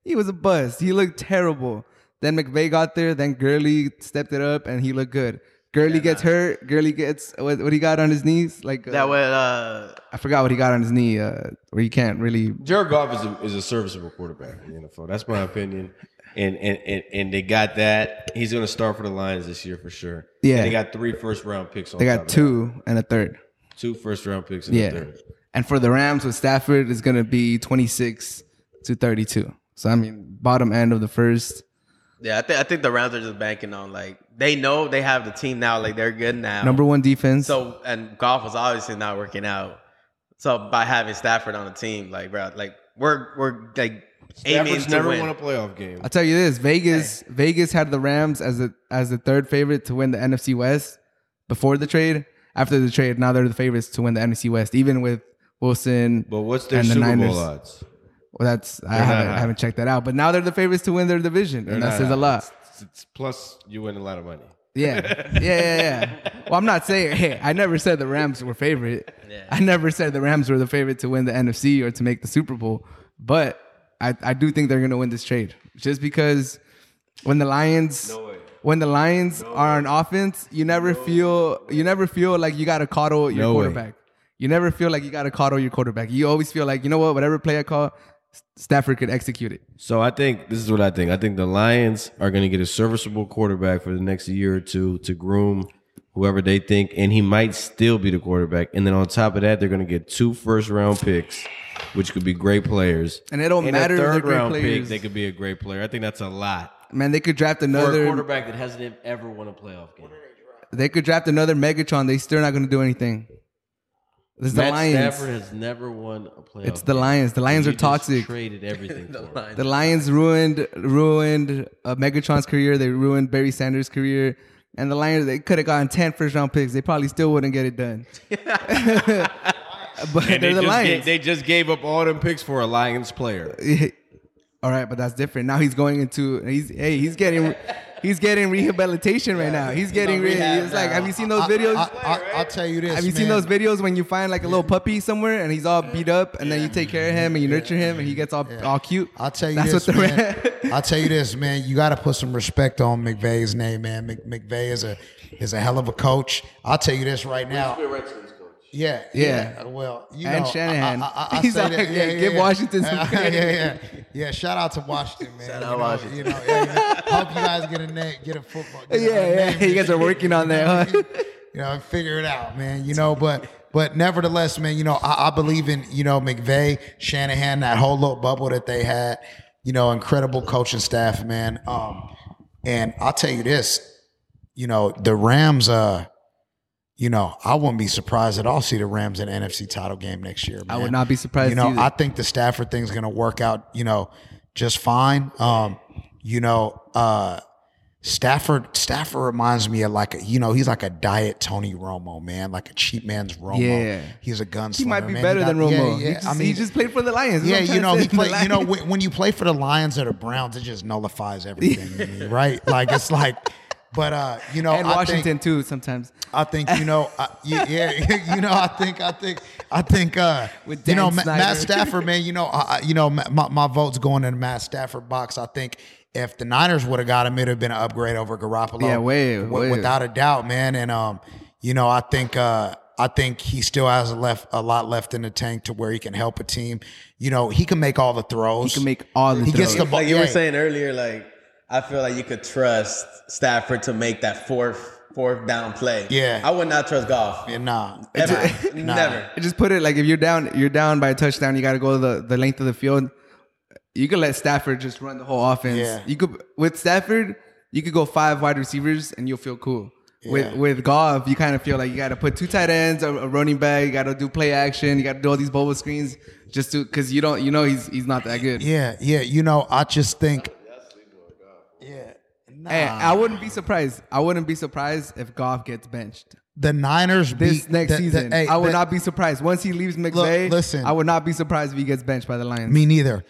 A: he was a bust. He looked terrible. Then McVay got there. Then Gurley stepped it up and he looked good. Gurley gets hurt. Gurley gets what, what he got on his knees. Like uh,
B: That would uh,
A: I forgot what he got on his knee. Uh, where you can't really.
D: Jared Goff is a, is a serviceable quarterback in the NFL. That's my opinion. And and, and and they got that. He's going to start for the Lions this year for sure.
A: Yeah.
D: And they got three first round picks. On
A: They
D: top
A: got
D: of that.
A: two and a third.
D: two first round picks. And yeah.
A: Yeah.
D: Third.
A: And for the Rams with Stafford, it's going to be 26 to 32. So, I mean, bottom end of the first.
B: yeah, I think I think the Rams are just banking on like they know they have the team now, like they're good now.
A: Number one defense.
B: So and golf was obviously not working out. So by having Stafford on the team, like bro, like we're we're like aiming
D: Stafford's
B: to
D: never
B: win.
D: won a playoff game.
A: I'll tell you this Vegas Vegas had the Rams as the, as the third favorite to win the NFC West before the trade. After the trade, now they're the favorites to win the NFC West, even with Wilson.
D: But what's their
A: And the
D: Super
A: Niners.
D: Bowl odds?
A: Well, that's I
D: not
A: haven't,
D: high.
A: I haven't checked that out. But now they're the favorites to win their division, and that says a lot.
D: It's, it's plus you win a lot of money.
A: Yeah, yeah, yeah, yeah. Well, I'm not saying. Hey, I never said the Rams were favorite. I never said the Rams were the favorite to win the NFC or to make the Super Bowl. But I, I do think they're going to win this trade, just because when the Lions, when the Lions are on offense, you never feel you never feel like you got to coddle your
D: No way.
A: quarterback. You never feel like you got to coddle your quarterback. You always feel like you know what, whatever play I call, Stafford could execute it.
D: So I think this is what I think. I think the Lions are going to get a serviceable quarterback for the next year or two to groom whoever they think, and he might still be the quarterback. And then on top of that, they're going to get two first round picks, which could be great players.
A: And it don't
D: And
A: matter
D: a
A: if they're
D: third
A: great
D: round
A: players.
D: pick, they could be a great player. I think that's a lot
A: Man, they could draft
D: for a
A: another
D: quarterback that hasn't e-, ever won a playoff game.
A: They could draft another Megatron. They still not going to do anything. This is the
D: Matt
A: Lions.
D: Stafford has never won a playoff.
A: It's the
D: game.
A: Lions. The Lions
D: You
A: are
D: just
A: toxic.
D: Traded everything. for him.
A: The Lions ruined ruined uh, Megatron's career. They ruined Barry Sanders' career. And the Lions, they could have gotten 10 first round picks. They probably still wouldn't get it done. but
D: And
A: they're
D: they,
A: the
D: just
A: Lions.
D: ga- they just gave up all them picks for a Lions player.
A: All right, but that's different. Now he's going into he's hey he's getting he's getting rehabilitation right now. He's getting re- It's like, have you seen those videos?
C: I, will tell you this.
A: have you seen
C: man.
A: those videos when you find like a little puppy somewhere and he's all beat up, and then you take care of him and you nurture him and he gets all all cute?
C: I'll tell you
A: That's
C: this,
A: what the
C: man. I'll tell you this, man. You got to put some respect on McVay's name, man. Mc, McVay is a is a hell of a coach. I'll tell you this right now. Yeah,
A: Yeah.
C: yeah. Well, you
A: And
C: know,
A: Shanahan.
C: I, I, I, I
A: He's
C: say
A: like,
C: that-
A: yeah, give Washington some
C: yeah,
A: credit.
C: yeah, yeah, yeah. Shout out to Washington, man. Shout
B: out
C: you know,
B: Washington.
C: You know, yeah, yeah. hope you guys get a name, get a football. get a
A: Yeah, yeah.
C: name.
A: You guys are working on that, huh?
C: you know, figure it out, man. You know, but but nevertheless, man, you know, I, I believe in you know McVay, Shanahan, that whole little bubble that they had. You know, incredible coaching staff, man. Um, and I'll tell you this, you know, the Rams. Uh, you know, I wouldn't be surprised at all to see the Rams in the NFC title game next year.
A: I
C: man.
A: would not be surprised.
C: You know,
A: either.
C: I think the Stafford thing's going to work out, you know, just fine. Um, you know, uh, Stafford Stafford reminds me of like a, you know, he's like a diet Tony Romo, man, like a cheap man's Romo.
A: Yeah.
C: He's a gunslinger.
A: he might be
C: man.
A: better
C: got-
A: than Romo.
C: Yeah, yeah.
A: He, just,
C: I mean,
A: he just played for the Lions. That's
C: yeah,
A: what I'm
C: you know,
A: trying to
C: he
A: say, for the
C: play, you know,
A: Lions.
C: when, when you play for the Lions or the Browns, it just nullifies everything, to me, right? Like it's like, but uh, you know,
A: and
C: I think-
A: Washington too sometimes.
C: I think you know, I, yeah, yeah, you know, I think, I think, I think, uh,
A: With
C: you know,
A: Dan
C: Ma- Matt
A: Snyder.
C: Stafford, man, you know, I, I- you know, ma- my, my vote's going in the Matt Stafford box. I think if the Niners would have got him, it'd have been an upgrade over Garoppolo,
A: Yeah, way,
C: wi-
A: way.
C: without a doubt, man. And um, you know, I think, uh, I think he still has a left a lot left in the tank to where he can help a team. You know, he can make all the throws.
A: He can make all the
C: He
A: throws.
C: gets the ball.
B: Like you were
C: yeah.
B: saying earlier, like I feel like you could trust Stafford to make that fourth fourth down play.
C: Yeah.
B: I would not trust golf.
C: Yeah, nah,
B: Ever.
C: Nah.
B: Never.
A: I just put it like if you're down, you're down by a touchdown. You got to go the, the length of the field. You could let Stafford just run the whole offense.
C: Yeah.
A: You could with Stafford, you could go five wide receivers and you'll feel cool. With
C: Yeah.
A: with Goff, you kind of feel like you got to put two tight ends, a, a running back. You got to do play action. You got to do all these bubble screens just to because you don't you know he's he's not that good.
C: Yeah, yeah. You know, I just think. Yeah. Nah.
A: Hey, I wouldn't be surprised. I wouldn't be surprised if Goff gets benched
C: the Niners
A: this
C: beat
A: next
C: the- the-
A: season.
C: hey,
A: I would
C: the-
A: not be surprised once he leaves McVay.
C: listen.
A: I would not be surprised if he gets benched by the Lions.
C: Me neither.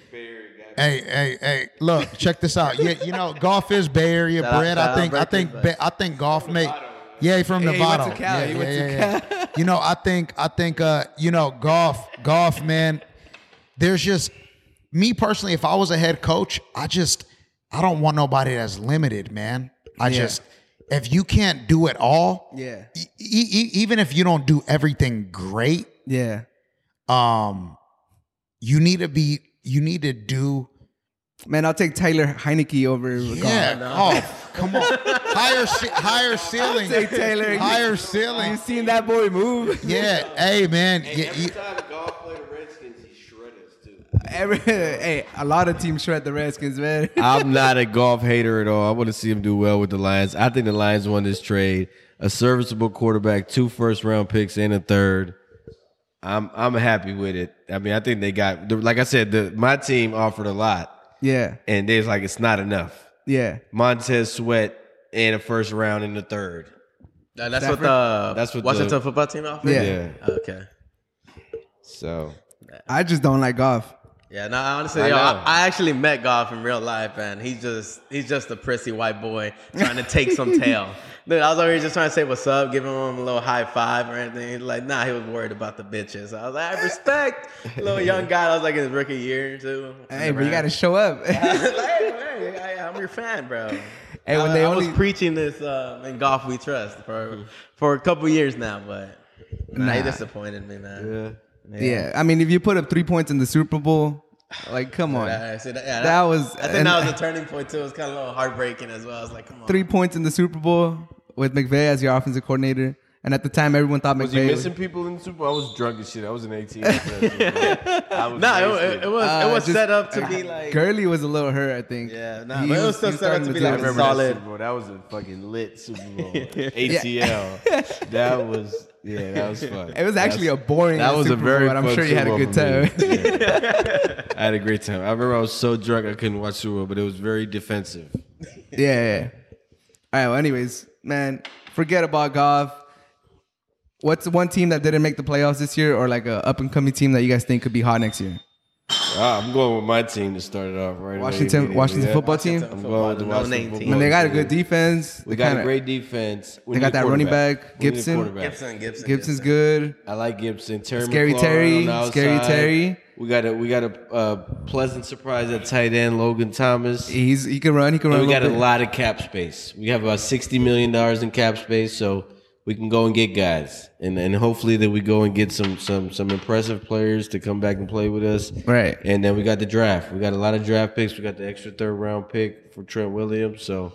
C: Hey, hey, hey! Look, check this out. Yeah, you know, golf is Bay Area
B: out- shout
C: bred. I
B: out
C: think, I
B: Berkeley,
C: think,
B: but-
C: Ba- I think golf make. Yeah, he from
A: Yeah, he went
C: Nevada.
A: to Cal.
C: Yeah,
A: He
C: yeah,
A: went to
C: yeah,
A: Cal.
C: yeah. You know, I think, I think, uh, you know, golf, golf, man. There's just me personally. If I was a head coach, I just, I don't want nobody that's limited, man. I
A: Yeah.
C: just, if you can't do it all,
A: Yeah.
C: e- e- e- even if you don't do everything great,
A: Yeah.
C: um, you need to be, you need to do.
A: Man, I'll take Tyler Heineke over. Yeah.
C: Yeah. Oh, come on. Higher, ce- higher ceiling.
A: take Taylor. You-
C: Higher
A: You
C: ceiling.
A: seen that boy move?
C: Yeah. Hey, man. Yeah,
G: Every
C: you-
G: time golf played the Redskins, he shredded us too.
A: Every, hey, a lot of teams shred the Redskins, man.
D: I'm not a golf hater at all. I want to see him do well with the Lions. I think the Lions won this trade. A serviceable quarterback, two first round picks, and a third. I'm I'm happy with it. I mean, I think they got the- like I said, the my team offered a lot,
A: Yeah.
D: and they're like it's not enough.
A: Yeah.
D: Montez Sweat and a first round and a third.
B: That- that's
A: Stafford?
B: what the
D: That's what
B: Washington
D: the-
B: football team offered.
A: Yeah.
B: Okay.
D: So
A: I just don't like golf.
B: Yeah, no, honestly,
D: I
B: yo,
D: know.
B: I, I actually met Goff in real life, and he's just he's just a prissy white boy trying to take some tail. Dude, I was already just trying to say what's up, giving him a little high five or anything. He's like, nah, he was worried about the bitches. I was like, I respect little young guy. I was like in his rookie year too.
A: Hey, but you got to show up.
B: like, hey, hey, I'm your fan, bro.
A: Hey, when
B: I,
A: they
B: I
A: only-
B: was preaching this uh, in golf we trust for for a couple years now, but nah, he
A: Nah.
B: disappointed me, man.
A: yeah. I mean, if you put up three points in the Super Bowl, like, come on.
B: Yeah, I see that, yeah,
A: That was-
B: I think
A: and-
B: that was a turning point too. It was kind of a little heartbreaking as well. I was like, come on.
A: Three points in the Super Bowl with McVay as your offensive coordinator. And at the time, everyone thought
H: Was
A: McVay
H: you
A: was-
H: missing people in the Super Bowl? I was drunk as shit. I was an 18. I was
B: No,
H: wasted.
B: it,
A: Uh,
B: it was it was
A: just-
B: set up to
A: uh,
B: be like.
A: Gurley was a little hurt, I think.
B: Yeah, nah,
A: He
B: but it was
A: was-
B: still
A: he was
B: set up
A: starting
B: to be
A: to
H: I
B: like
A: do
B: a
H: remember that
B: solid.
H: Super Bowl. That was a fucking lit Super Bowl. ATL. That was yeah. That was fun.
A: It was actually a boring.
D: that was
A: Super
D: a very.
A: Bowl, but I'm
D: fun
A: sure you had a
D: Super
A: good
D: Bowl
A: time.
D: for me. Yeah. I had a great time. I remember I was so drunk I couldn't watch Super Bowl, but it was very defensive.
A: yeah, yeah. All right. Well, anyways, man, forget about golf. What's one team that didn't make the playoffs this year, or like a up and coming team that you guys think could be hot next year?
D: Ah, I'm going with my team to start it off right away
A: Washington,
D: immediately,
A: Washington
D: yeah.
A: football team.
D: I'm going with the
B: Football
D: Washington
B: team.
D: football
A: And they got a
D: team.
A: good defense.
D: We
A: They
D: got
A: kinda-
D: a great defense. We
A: they got
D: need a
A: that running
D: quarterback.
A: back,
D: We need a
A: Gibson.
D: quarterback.
B: Gibson, Gibson,
A: Gibson's good.
D: I like Gibson. Terry
A: Scary
D: McLaurin
A: Terry,
D: on the
A: Scary
D: outside.
A: Terry.
D: We got a we got a uh, pleasant surprise at tight end Logan Thomas.
A: He's he can run. He can run.
D: And we got a
A: little
D: lot of cap space. We have about sixty million dollars in cap space, so we can go and get guys, and and hopefully that we go and get some some some impressive players to come back and play with us.
A: Right.
D: And then we got the draft. We got a lot of draft picks. We got the extra third round pick for Trent Williams. So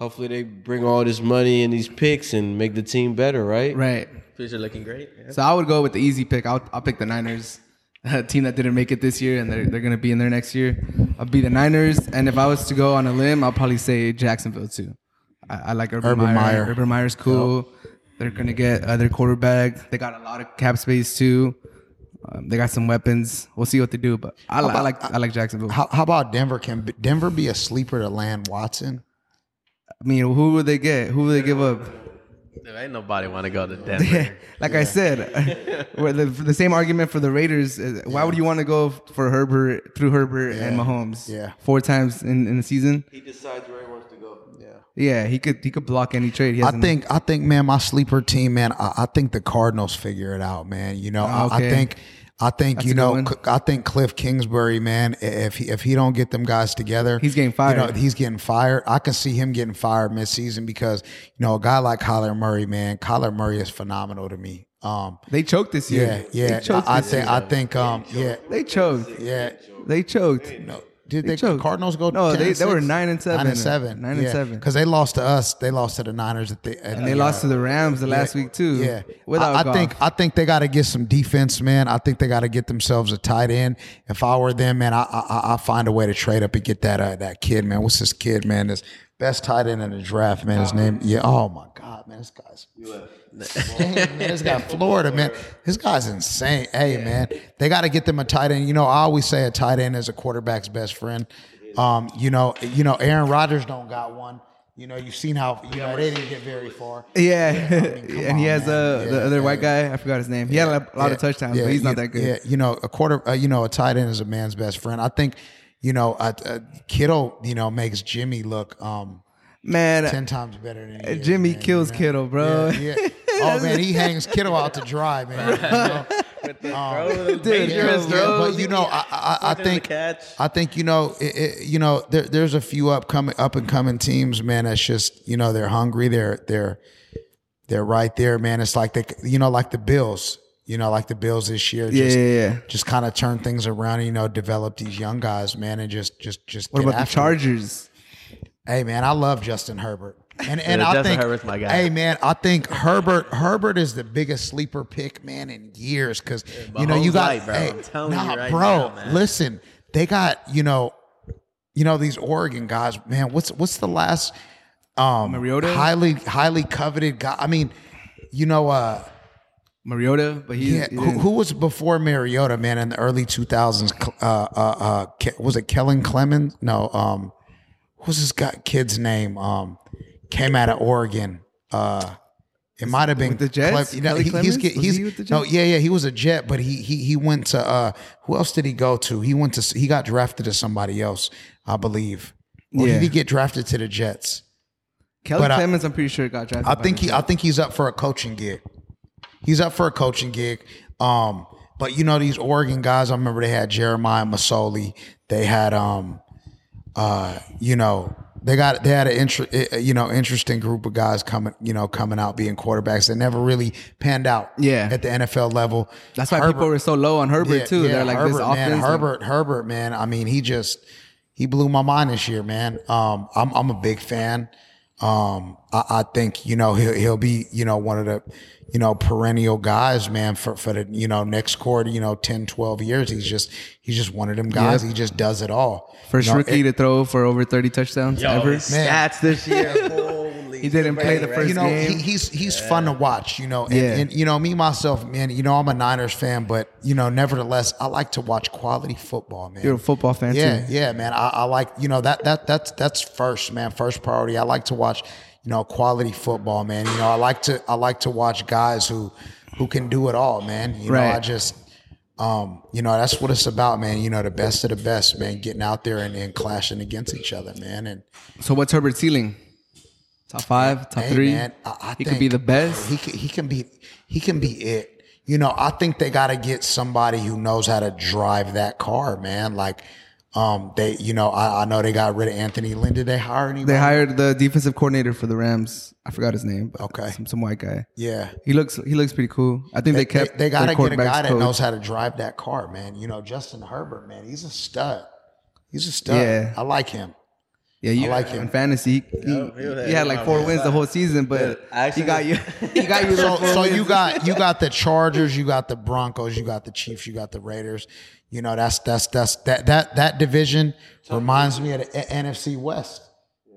D: hopefully they bring all this money and these picks and make the team better. Right.
A: bit. Right.
B: Future looking great. yeah.
A: So I would go with the easy pick. I'll, I'll pick the Niners, a team that didn't make it this year, and they're, they're going to be in there next year. I'll be the Niners. And if I was to go on a limb, I'll probably say Jacksonville, too. I, I like Urban,
C: Urban
A: Meyer.
C: Meyer.
A: Urban Meyer's cool. They're going to get uh, their quarterback. They got a lot of cap space, too. Um, they got some weapons. We'll see what they do, but I, li- I like I like Jacksonville.
C: How, how about Denver? Can B- Denver be a sleeper to land Watson?
A: I mean, who would they get? Who would they give up?
B: Dude, ain't nobody want to go to Denver.
A: like I said, we're the, the same argument for the Raiders. is Why would you want to go for Herbert through Herbert and Mahomes?
C: Yeah.
A: four times in, in a season.
H: He decides where he wants to go. Yeah.
A: Yeah, he could he could block any trade. He
C: I
A: hasn't-
C: think I think man, my sleeper team, man. I, I think the Cardinals figure it out, man. You know, I, I
A: Okay.
C: think I think you
A: a good
C: know
A: one.
C: Cl- I think Cliff Kingsbury, man. i- If he, if he don't get them guys together,
A: He's getting
C: you know,
A: fired.
C: he's getting fired. I can see him getting fired midseason because you know a guy like Kyler Murray, man. Kyler Murray is phenomenal to me. Um,
A: they choked this
C: yeah,
A: year.
C: yeah.
A: they choked.
C: I, I
A: this
C: think
A: year.
C: I think um, yeah,
A: they choked.
C: yeah.
A: They choked.
C: No, did
A: They
C: they,
A: choked.
C: Cardinals go?
A: No,
C: 10
A: they- they were
C: six?
A: nine and seven.
C: Nine and seven.
A: Nine and seven.
C: Because they lost to us. They lost to the Niners. At the, at
A: And they
C: the,
A: lost
C: uh,
A: to the Rams the last week too.
C: yeah,
A: without
C: I, I
A: Goff.
C: think I think they got to get some defense, man. I think they got to get themselves a tight end. If I were them, man, I I, I- I find a way to trade up and get that uh, that kid, man. What's this kid, man? This best tight end in the draft, man. His name, yeah. Oh my God, man, this guy's insane, man. This guy Florida, man. This guy's insane. Hey, man, they got to get them a tight end. You know, I always say a tight end is a quarterback's best friend. Um, you know, you know, Aaron Rodgers don't got one. You know, you've seen how you know they didn't get very far.
A: Yeah,
C: come
A: and he
C: on,
A: has
C: man.
A: uh, the
C: Yeah,
A: other
C: yeah.
A: white guy. I forgot his name. He had a lot of
C: Yeah,
A: touchdowns,
C: yeah,
A: but he's not
C: you-
A: that good.
C: Yeah, you know, a quarter, uh, you know, a tight end is a man's best friend. I think, you know, uh, uh, Kittle, you know, makes Jimmy look um,
A: Man,
C: ten times better than he is,
A: Uh, Jimmy
C: man,
A: kills
C: you know?
A: Kittle, bro.
C: Yeah, yeah. Oh man, he hangs Kittle out to dry, man. you know?
B: Throw,
A: Dude,
B: dangerous
A: yeah,
C: Yeah,
B: throws.
C: but you know, I, I, I
B: Something to
C: think
B: catch.
C: I think you know, it, it, you know, there, there's a few upcoming up and coming teams, man. That's just you know they're hungry, they're they're they're right there, man. It's like they, you know, like the Bills, you know, like the Bills this year,
A: yeah,
C: just,
A: yeah, yeah.
C: just kind of turn things around, you know, develop these young guys, man, and just just just.
A: What
C: get
A: about the
C: after it.
A: Chargers?
C: Hey, man, I love Justin Herbert. And, and
B: Yeah,
C: I
B: Justin
C: think,
B: Herbert's my guy.
C: hey man, I think Herbert Herbert is the biggest sleeper pick, man, in years. Because you know you
B: Mahomes
C: got,
B: light, bro.
C: hey,
B: I'm telling you
C: nah,
B: right
C: bro,
B: now, man.
C: listen, they got you know, you know these Oregon guys, man. What's what's the last um
A: Mariota?
C: highly highly coveted guy? I mean, you know, uh,
A: Mariota, but he,
C: yeah,
A: he
C: who,
A: didn't-
C: who was before Mariota, man, in the early 2000s? Cl- Uh, uh, uh, Ke- was it Kellen Clemens? No, um, what was this guy, kid's name? Um, came out of Oregon. Uh, it might have been
A: the Jets?
C: you know,
A: Kelly
C: he- he's,
A: Clemens?
C: get-
A: Was
C: he's-
A: he with the
C: no,
A: Jets?
C: yeah, yeah, he was a Jet, but he he he went to uh, who else did he go to? He went to he got drafted to somebody else, I believe. Or
A: Yeah.
C: did he get drafted to the Jets?
A: Kelly
C: but I-
A: Clemens, I'm pretty sure got drafted.
C: I
A: by
C: think
A: the
C: he uh, I think he's up for a coaching gig. He's up for a coaching gig. Um, but you know these Oregon guys, I remember they had Jeremiah Masoli. They had um uh, you know, they got they had an inter- uh, you know, interesting group of guys coming, you know, coming out being quarterbacks that never really panned out
A: Yeah.
C: at the NFL level.
A: That's why
C: Herbert-
A: people were so low on Herbert
C: yeah,
A: too.
C: yeah,
A: They're like
C: Herbert,
A: this
C: man,
A: offense.
C: Herbert, Herbert, man. I mean, he just he blew my mind this year, man. Um, I'm I'm a big fan. Um, I, I think you know he'll he'll be you know one of the you know perennial guys, man. For for the you know next quarter, you know 10, 12 years, he's just he's just one of them guys. He just does it all.
A: first
C: You know,
A: rookie to throw for over 30 touchdowns ever.
B: his stats this year. Holy
A: He didn't play the
B: shit.
A: first
C: you know,
A: game.
C: he, he's he's fun to watch. You know, and,
A: Yeah.
C: and you know me myself, man. You know, I'm a Niners fan, but you know, nevertheless, I like to watch quality football, man.
A: You're a football fan
C: yeah,
A: too.
C: yeah, man. I, I like you know that that that's that's first, man. First priority. I like to watch you know quality football, man. You know, I like to I like to watch guys who who can do it all, man. You know, I
A: Right.
C: just um, you know, that's what it's about, man. You know, the best of the best, man, getting out there and, and clashing against each other, man. And
A: So what's Herbert ceiling? Top five, top
C: Hey,
A: three.
C: man, I, I
A: he
C: think,
A: could be the best.
C: He can, he can be he can be it. You know, I think they got to get somebody who knows how to drive that car, man. Like, um, they you know, I, I know they got rid of Anthony Lynn. Did they hire anybody?
A: They hired the defensive coordinator for the Rams. I forgot his name. But
C: Okay.
A: some, some white guy.
C: Yeah.
A: He looks he looks pretty cool. I think they, kept
C: they,
A: their
C: they gotta get a
A: quarterback's
C: guy that
A: coach.
C: knows how to drive that car, man. You know, Justin Herbert, man, he's a stud. He's a stud.
A: Yeah.
C: I like him.
A: Yeah, you
C: I like him.
A: in fantasy. He, he,
B: he was
A: he had like four
B: like
A: wins the whole season, but
B: I
A: he
B: actually-
A: got you. He got you.
C: So,
A: those four
C: so
A: wins.
C: you got you got the Chargers, you got the Broncos, you got the Chiefs, you got the Raiders. You know, that's that's that's that that that division reminds me of the A- NFC West.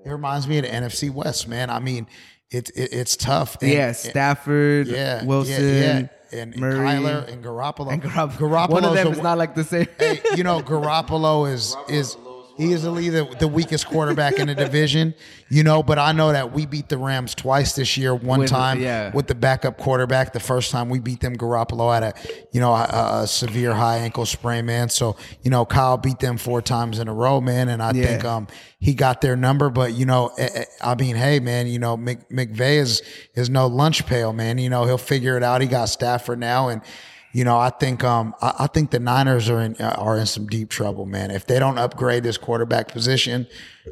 C: It reminds me of the NFC West, man. I mean, it's it, it's tough. And-
A: yeah, Stafford,
C: yeah,
A: Wilson,
C: yeah, yeah. and
A: Murray,
C: Kyler and Garoppolo.
A: and Garoppolo.
C: Garoppolo's
A: One of them
C: the
A: is not like the same.
C: hey, you know, Garoppolo is is easily the, the weakest quarterback in the division. You know, but I know that we beat the Rams twice this year. One
A: With-
C: time
A: yeah.
C: with the backup quarterback. The first time we beat them, Garoppolo had a you know a, a severe high ankle sprain, man. So you know, Kyle beat them four times in a row, man. And I
A: Yeah.
C: think um he got their number, but you know, eh, eh, I mean, hey, man, you know, Mc, McVay is is no lunch pail, man. You know, he'll figure it out. He got Stafford now and. You know, I think um, I, I think the Niners are in uh, are in some deep trouble, man. If they don't upgrade this quarterback position,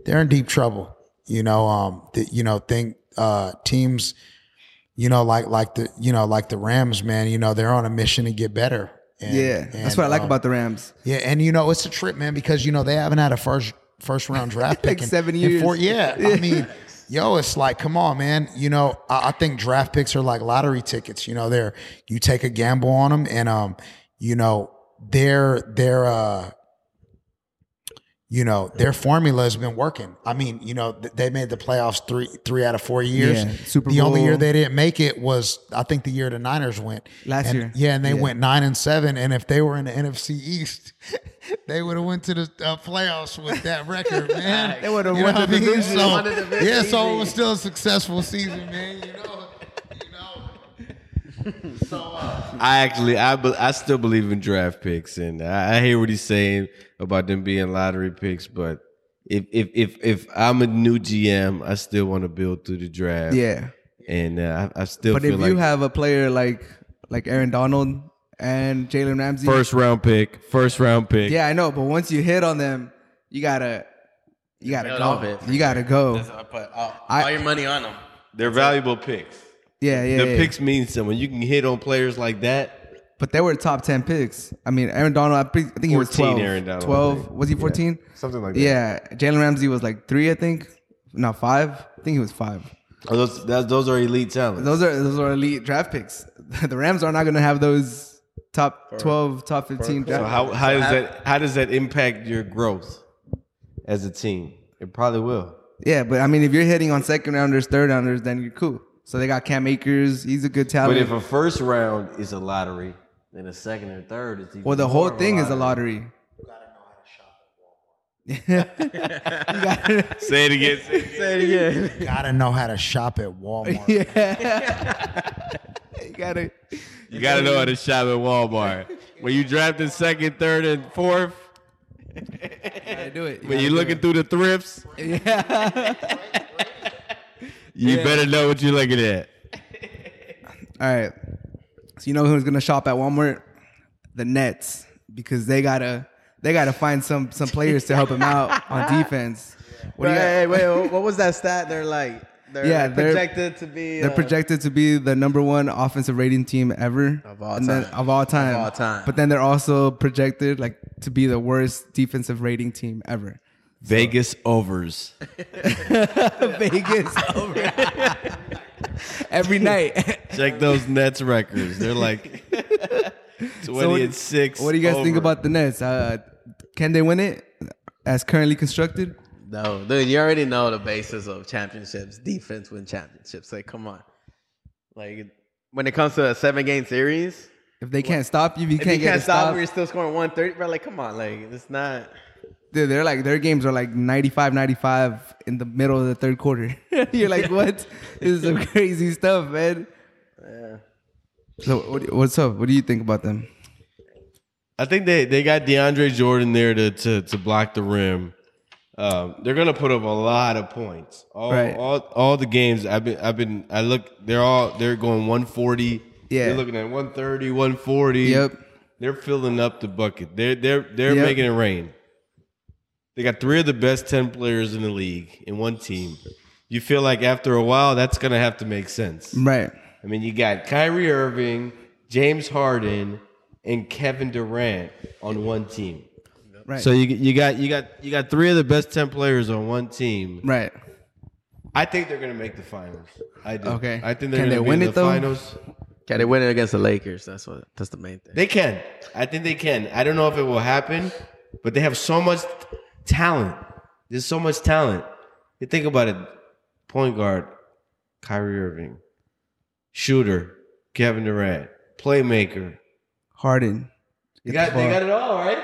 C: they're in deep trouble. You know, um, th- you know, think uh, teams, you know, like like the you know like the Rams, man. You know, they're on a mission to get better. And,
A: yeah, that's
C: and,
A: what I like
C: um,
A: about the Rams.
C: yeah, and you know it's a trip, man, because you know they haven't had a first first round draft pick
A: Like seven
C: in
A: years.
C: four- yeah, I mean, yo, it's like, come on, man. You know, I, I think draft picks are like lottery tickets. You know, they're you take a gamble on them, and um, you know, their their uh, you know, their formula has been working. I mean, you know, th- they made the playoffs three three out of four years.
A: Yeah, Super
C: the only
A: Bowl.
C: year they didn't make it was I think the year the Niners went
A: Last
C: And-
A: year.
C: Yeah, and they
A: Yeah.
C: went nine and seven. And if they were in the NFC East, they would have went to the uh, playoffs with that record, man.
A: They would've
C: You know
A: won the
C: what I mean?
A: division.
C: So-
A: Won the division
C: yeah, so it was still a successful season, man. You know, you know.
D: I actually, I, be, I still believe in draft picks, and I, I hear what he's saying about them being lottery picks. But if if if if I'm a new GM, I still want to build through the draft.
A: Yeah,
D: and uh, I, I still
A: but
D: feel
A: if
D: like
A: you have a player like like Aaron Donald and Jalen Ramsey,
D: first round pick, first round pick.
A: yeah, I know. But once you hit on them, you gotta you gotta
B: Build
A: go.
B: off it.
A: you gotta go.
B: I put all,
A: I-
B: all your money on them.
D: they're valuable picks.
A: Yeah, yeah.
D: the
A: yeah.
D: picks mean something. You can hit on players like that.
A: But they were top ten picks. I mean, Aaron Donald. I, pre- I think he was
D: 14
A: twelve.
D: Aaron Donald, I
A: twelve.
D: think.
A: Was he fourteen?
D: Something like that.
A: Yeah. Jalen Ramsey was like three, I think. No, five. I think he was five.
D: Oh, Those that, those are elite talents.
A: Those are those are elite draft picks. the Rams are not going to have those top twelve, top fifteen.
D: So
A: draft
D: how how does that how does that impact your growth as a team? It probably will.
A: Yeah, but I mean, if you're hitting on second rounders, third rounders, then you're cool. So they got Cam Akers. He's a good
D: But
A: talent.
D: if a first round is a lottery, then a second or third is even
A: well, the
D: more
A: whole
D: of
A: thing is a lottery.
D: Say it again. Say it again.
C: Gotta know how to shop at Walmart.
A: You gotta.
D: You gotta know how to shop at Walmart. When you drafting second, third, and fourth,
A: gotta do it.
D: when you looking through the thrifts, you better know what you're looking at.
A: All right. So you know who's gonna shop at Walmart? The Nets, because they gotta they gotta find some some players to help them out on defense. What do you got?
B: Hey, wait, wait, what was that stat? They're like, they're
A: Yeah,
B: like
A: they're-
B: projected to be.
A: They're
B: uh,
A: projected to be the number one offensive rating team ever
B: Of all
A: And then-
B: time.
A: of all time.
B: all time.
A: But then they're also projected like to be the worst defensive rating team ever.
D: Vegas overs.
A: Vegas over every night.
D: Check those Nets records. They're like twenty
A: what-
D: and six.
A: what do you guys think
D: over.
A: about the Nets? Uh, can they win it as currently constructed?
B: No, dude, you already know the basis of championships. Defense win championships. Like, come on. Like, when it comes to a seven game series,
A: If they can't stop you, if you
B: if
A: can't
B: you
A: get
B: can't
A: a
B: stop,
A: stop.
B: them, you're still scoring 130, bro. Like, come on. Like, it's not.
A: Dude, they're like their games are like 95 95 in the middle of the third quarter. You're like, what? this is some crazy stuff, man. So what, what's up? What do you think about them?
D: I think they, they got DeAndre Jordan there to to, to block the rim. Um, they're gonna put up a lot of points. All,
A: Right.
D: all all the games I've been I've been I look they're all they're going 140.
A: Yeah.
D: They're looking at 130, 140.
A: Yep.
D: They're filling up the bucket. They're they're they're
A: Yep.
D: making it rain. They got three of the best ten players in the league in one team. You feel like after a while that's gonna have to make sense.
A: Right.
D: I mean, you got Kyrie Irving, James Harden, and Kevin Durant on one team.
A: Right.
D: So you you got you got you got three of the best ten players on one team.
A: Right.
D: I think they're gonna make the finals. I do.
A: Okay.
D: I think they're
A: Can
D: gonna
A: they
D: be
A: win
D: in
A: it,
D: the
A: though?
D: finals.
B: Can they win it against the Lakers? That's what. That's the main thing.
D: They can. I think they can. I don't know if it will happen, but they have so much talent. There's so much talent. You think about it: point guard, Kyrie Irving, shooter, Kevin Durant, playmaker.
A: Harden.
D: You got, they got it all, right?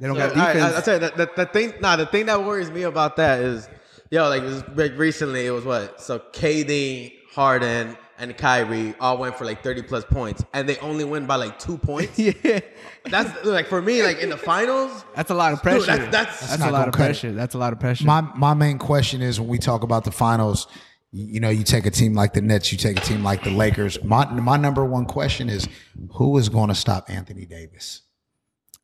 A: They don't
B: So,
A: got
B: all right,
A: defense.
B: I, I tell you, the, the, the thing, nah, the thing that worries me about that is, yo, like, it was, like recently it was what? So KD, Harden, and Kyrie all went for like 30 plus points, and they only win by like two points.
A: yeah.
B: That's like for me, like in the finals,
A: That's a lot of pressure.
B: dude, that's, that's,
A: That's
C: not
A: a lot
C: gonna
A: of
C: cut it.
A: pressure. That's a lot of pressure.
C: My my main question is when we talk about the finals, you you know, you take a team like the Nets, you take a team like the Lakers. My my number one question is who is going to stop Anthony Davis?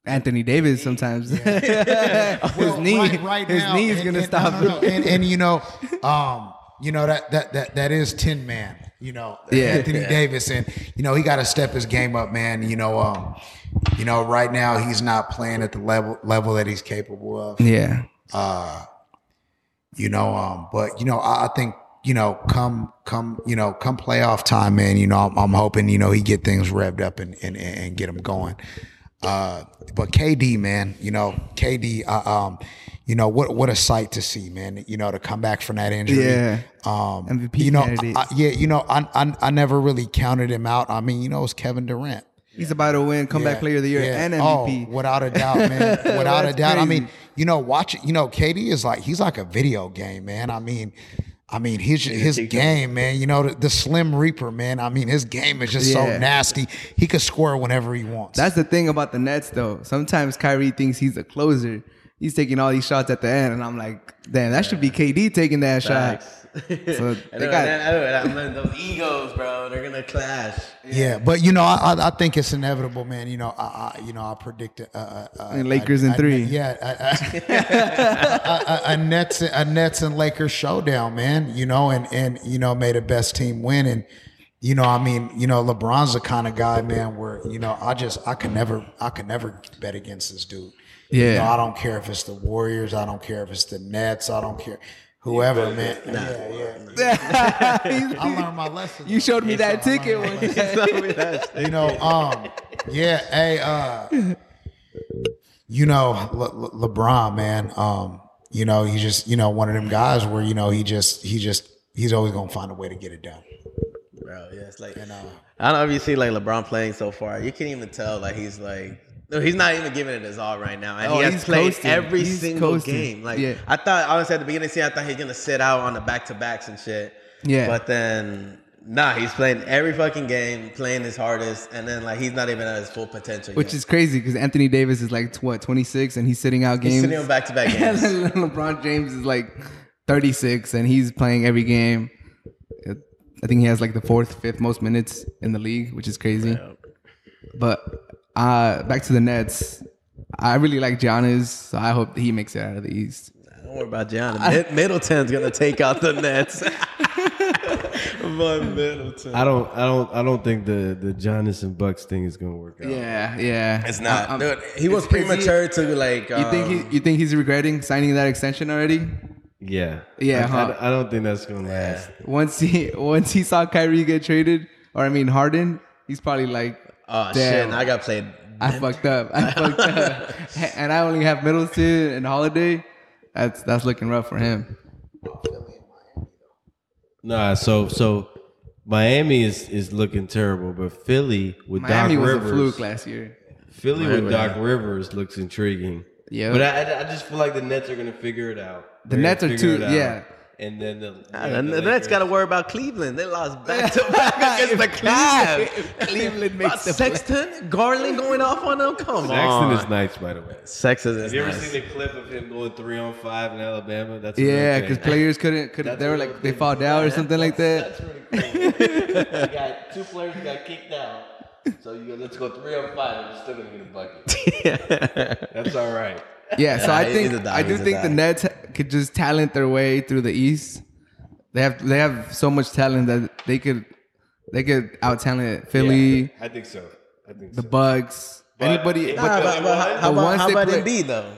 A: Anthony Davis sometimes. his
C: Well,
A: knee,
C: right, right
A: his
C: now,
A: knee is
C: and-
A: gonna
C: and- no,
A: stop
C: no,
A: him.
C: no, and, and you know, um, you know that that that that is Tin Man. You know,
A: Yeah.
C: Anthony Davis, and you know he got to step his game up, man. You know, um, you know, right now he's not playing at the level level that he's capable of.
A: Yeah,
C: uh you know um but you know I, I think you know come come you know come playoff time man you know i'm, I'm hoping you know he get things revved up and and, and get him going uh but kd man you know kd uh, um you know what what a sight to see man you know to come back from that injury
A: Yeah.
C: um
A: MVP
C: you know
A: candidate.
C: I- I- yeah you know I, I i never really counted him out i mean you know it's kevin durant
A: he's about to win comeback
C: yeah,
A: player of the year
C: yeah.
A: and MVP.
C: Oh, without a doubt, man. Without a
A: That's
C: doubt. I
A: crazy.
C: mean, you know, watch it. You know, KD is like he's like a video game, man. I mean, I mean his his game, man. You know, the, the Slim Reaper, man. I mean, his game is
A: Yeah.
C: just so nasty. He could score whenever he wants.
A: That's the thing about the Nets, though. Sometimes Kyrie thinks he's a closer. He's taking all these shots at the end, and I'm like, damn, that should be KD taking that
B: facts.
A: So
B: I
A: they
B: know,
A: got-
B: and I know, and I know, those egos, bro, they're gonna clash.
C: yeah, but you know, I, I I think it's inevitable, man. You know, I, I you know I predict uh, uh, uh,
A: And Lakers in
C: I- I-
A: three.
C: yeah, I, I, a, a Nets a Nets and Lakers showdown, man. You know, and and you know made the best team win, and you know, I mean, you know, LeBron's the kind of guy, man, where you know I just I can never I can never bet against this dude. You
A: Yeah.
C: know, I don't care if it's the Warriors, I don't care if it's the Nets, I don't care whoever, man. Yeah, yeah.
A: shot.
C: I learned my lesson.
A: you
C: though.
A: showed me
C: Yeah,
A: that
C: so I learned
A: ticket
C: my
A: one
C: lesson
A: day.
C: you know um yeah hey uh you know Le- Le- lebron man um you know he just you know one of them guys where you know he just he just he's always gonna find a way to get it done
B: Bro, yeah, it's like
C: and uh
B: I don't know if you see like LeBron playing so far. You can even tell like he's like no, he's not even giving it his all right now, and
A: Oh,
B: he
A: he's
B: has played
A: coasting.
B: every
A: He's
B: single
A: coasting.
B: game. Like
A: Yeah.
B: I thought, honestly, at the beginning of the season, I thought he's gonna sit out on the back to backs and shit.
A: Yeah.
B: but then nah, he's playing every fucking game, playing his hardest, and then like he's not even at his full potential.
A: Which
B: yet.
A: is crazy because Anthony Davis is like what 26 and he's sitting out games.
B: he's sitting on back to back
A: And
B: games.
A: then LeBron James is like 36 and he's playing every game. I think he has like the fourth, fifth most minutes in the league, which is crazy. But uh, back to the Nets. I really like Giannis, so I hope that he makes it out of the East.
B: Don't worry about Gianna. Mid- Middleton's gonna take out the Nets. My Middleton.
D: I don't, I don't, I don't think the the Giannis and Bucks thing is gonna work out.
A: Yeah, yeah.
B: It's not.
A: I'm-
B: dude, he was
A: is- is he-
B: premature to like. um,
A: You think he, you think he's regretting signing that extension already?
D: yeah,
A: Yeah,
D: I,
A: huh.
D: I, I don't think that's gonna last.
A: Once he once he saw Kyrie get traded, or I mean Harden, he's probably like,
B: Oh
A: Damn.
B: shit! Now I got played.
A: I fucked up. I fucked up. And I only have Middleton and Holiday. That's that's looking rough for him.
D: Nah, so so Miami is is looking terrible, but Philly with
A: Miami
D: Doc
A: was
D: Rivers,
A: a fluke last year.
D: Philly with Doc Rivers looks intriguing.
A: Yeah.
D: but I, I I just feel like the Nets are gonna figure it out.
A: The
D: They're
A: Nets
D: gonna
A: are
D: figure
A: too-
D: it out.
A: yeah.
D: and then the,
B: And Ah,
D: the
B: the Nets
D: Lakers.
B: got to worry about Cleveland. They lost back to back against the Cavs. Cleveland makes the Sexton, Garland going off on them. Come
D: Sexton
B: on,
D: is nice, by the way.
B: Sexton is
D: Have you ever
B: nice.
D: seen the clip of him going three on five in Alabama? That's a real
A: Yeah,
D: thing.
A: because players couldn't, couldn't.
D: That's
A: They were
D: what-
A: like they fall down or something like that.
D: That's really cool. you got two players who got kicked out. So you go, let's go three on five, and it's still gonna get a bucket. That's all right.
A: Yeah, so
B: Yeah,
A: I
B: he's a
A: think
B: dog,
A: I do
B: he's a
A: think the
B: dog.
A: Nets could just talent their way through the East. They have they have so much talent that they could they could out talent Philly,
D: I think so. I think
A: the
D: so.
A: Bucks, anybody.
B: Nah,
A: But
B: but- but how- how
A: but
B: about,
A: once
B: how
A: they
B: about
A: play-
B: Embiid though?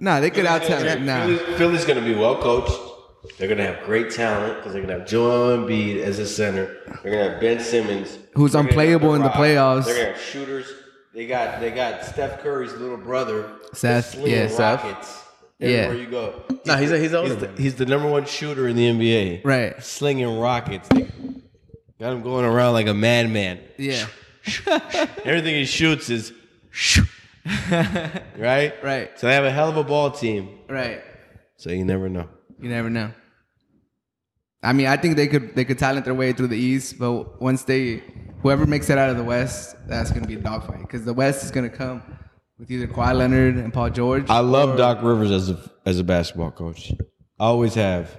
A: nah, they could out talent. Nah,
D: Philly's, Philly's gonna be well coached. They're gonna have great talent because they're gonna have Joel Embiid as a center. They're gonna have Ben Simmons,
A: Who's
D: They're gonna have
A: unplayable in the
D: LeBron.
A: playoffs.
D: They're gonna have shooters. They got they got Steph Curry's little brother,
A: Seth,
D: slinging
A: yeah, Seth.
D: rockets
A: Yeah.
D: Everywhere you go,
B: No, he's he's older.
D: He's the, he's the number one shooter in the NBA.
A: Right.
D: Slinging rockets. Got him going around like a madman.
A: yeah,
D: Everything he shoots is right?
A: right,
D: So they have a hell of a ball team.
A: right.
D: So you never know.
A: You never know. I mean, I think they could they could talent their way through the East, but once they whoever makes it out of the West, that's gonna be a dogfight because the West is gonna come with either Kawhi Leonard and Paul George.
D: I
B: Uh,
D: love Doc Rivers as a as a basketball coach. I always have.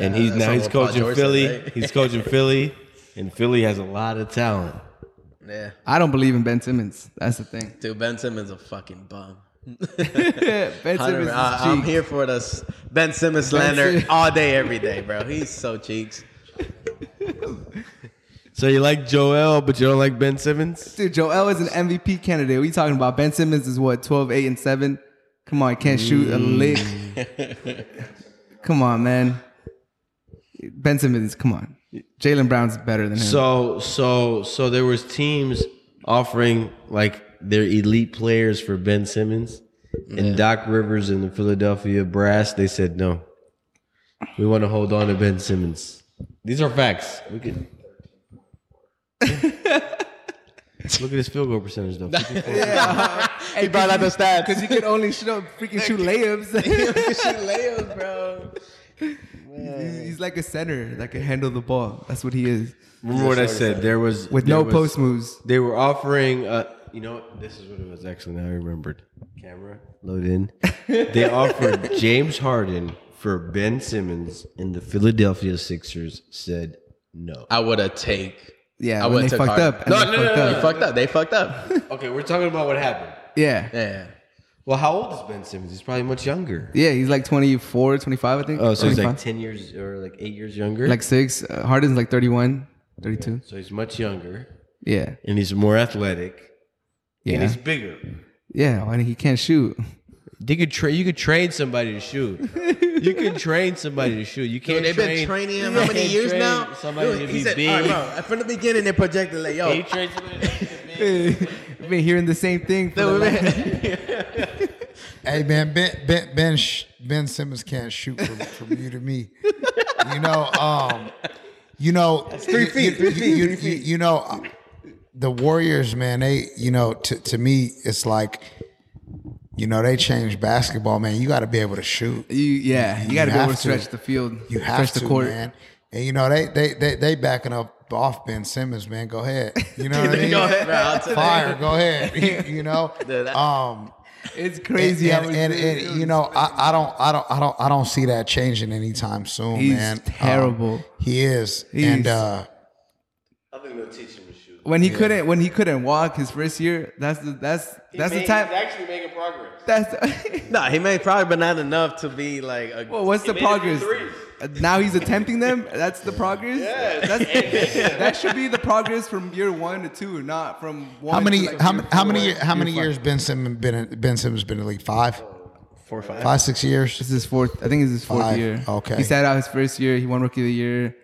D: And he's
B: that's
D: now
B: what
D: he's
B: Paul
D: coaching
B: George said,
D: Philly.
B: right?
D: He's coaching Philly. And Philly has a lot of talent.
B: yeah,
A: I don't believe in Ben Simmons. That's the thing.
B: dude, Ben Simmons a fucking bum.
A: ben Simmons
B: Hunter, I,
A: is
B: uh, I'm
A: cheap.
B: here for the s- Ben Simmons slander
A: Sim-
B: all day, every day, bro. He's so cheeks.
D: So you like Joel, but you don't like Ben Simmons?
A: Dude, Joel is an MVP candidate. What you talking about? Ben Simmons is what, 12, 8, and 7? Come on, can't shoot a lick. come on, man. Ben Simmons, come on. Jalen Brown's better than him.
D: So so so there was teams offering like their elite players for Ben Simmons and Doc Rivers and the Philadelphia Brass. They said no. We want to hold on to Ben Simmons. These are facts. We could look at his field goal percentage though. 54.
A: he brought out the stats. Because you can only shoot, freaking shoot layups.
B: Layos, bro.
A: He's- He's like a center that can handle the ball. That's what he is.
D: Remember what I said? There was
A: With
D: there
A: no
D: was-
A: post moves.
D: They were offering, uh, you know, what? this is what it was actually. Now I remembered. Camera load in. they offered James Harden for Ben Simmons, and the Philadelphia Sixers said no.
B: I would have take.
A: Yeah,
B: I
A: when they
B: would've took
A: fucked
B: Harden.
A: up. and
B: No,
A: they
B: no, no,
A: fucked
B: no,
A: up.
B: They fucked up. They fucked up.
D: Okay, we're talking about what happened.
A: Yeah. yeah.
B: Yeah.
D: Well, how old is Ben Simmons? He's probably much younger.
A: he's like 24, 25, I think.
D: Oh, so he's like
A: 25.
D: ten years or like eight years younger.
A: like 6. Uh, Harden's like 31, 32.
D: so he's much younger,
A: Yeah.
D: and he's more athletic, and
A: Yeah.
D: he's bigger.
A: Yeah, why he can't shoot.
D: They could tra- you could train somebody to shoot. you could train somebody to shoot. You
B: Dude,
D: can't.
B: they've been
D: train-
B: training him
D: you
B: how many
D: can't
B: years
D: train
B: now?
D: Somebody
B: Dude,
D: to
B: he
D: be
B: said,
D: big.
B: "All right, bro, uh, from the beginning, they projected like, yo,
D: He trained somebody to be big.
A: I've been hearing the same thing. For the
B: dude,
A: last-
B: man.
C: Hey man, Ben Ben Ben, Sh- ben Simmons can't shoot from, from you to me. You know, um, you know, three feet. You, you- you- you know, uh, the Warriors, man. They, you know, to to me, it's like, you know, they changed basketball, man. You got to be able to shoot.
A: you, yeah, you,
C: You
A: got to be able
C: have
A: to
C: to.
A: stretch the field.
C: You have
A: stretch
C: to,
A: the court.
C: man. And you know, they they they they backing up off Ben Simmons, man. Go ahead. You know what I mean?
B: Go ahead, bro. I'll tell you.
C: Fire. Go ahead. You know.
B: Dude, that-
C: Um.
A: It's crazy
C: And,
A: how
C: and,
A: he's-
C: and, you know, I, I don't, I don't, I don't, I don't see that changing anytime soon,
A: He's
C: man. Um,
A: terrible.
C: he is,
A: He's-
C: and uh,
A: when he couldn't when he couldn't walk his first year, that's the that's that's the time.
D: actually making progress.
A: That's
B: Nah, he may probably, but not enough to be like a.
A: well, what's the progress? Uh, Now he's attempting them. That's the progress. That's, that should be the progress from year one to two, not from one.
C: how
A: to
C: many,
A: like
C: how,
A: year
C: many- how many,
A: four,
C: year- how
A: year
C: many
A: five.
C: years Ben Simmons been, in, Ben Simmons been in the league? Five,
B: Four or five.
C: five, six
A: This
C: years.
A: is his fourth. I think it's his fourth
C: Five.
A: year.
C: Okay.
A: He sat out his first year. He won Rookie of the Year,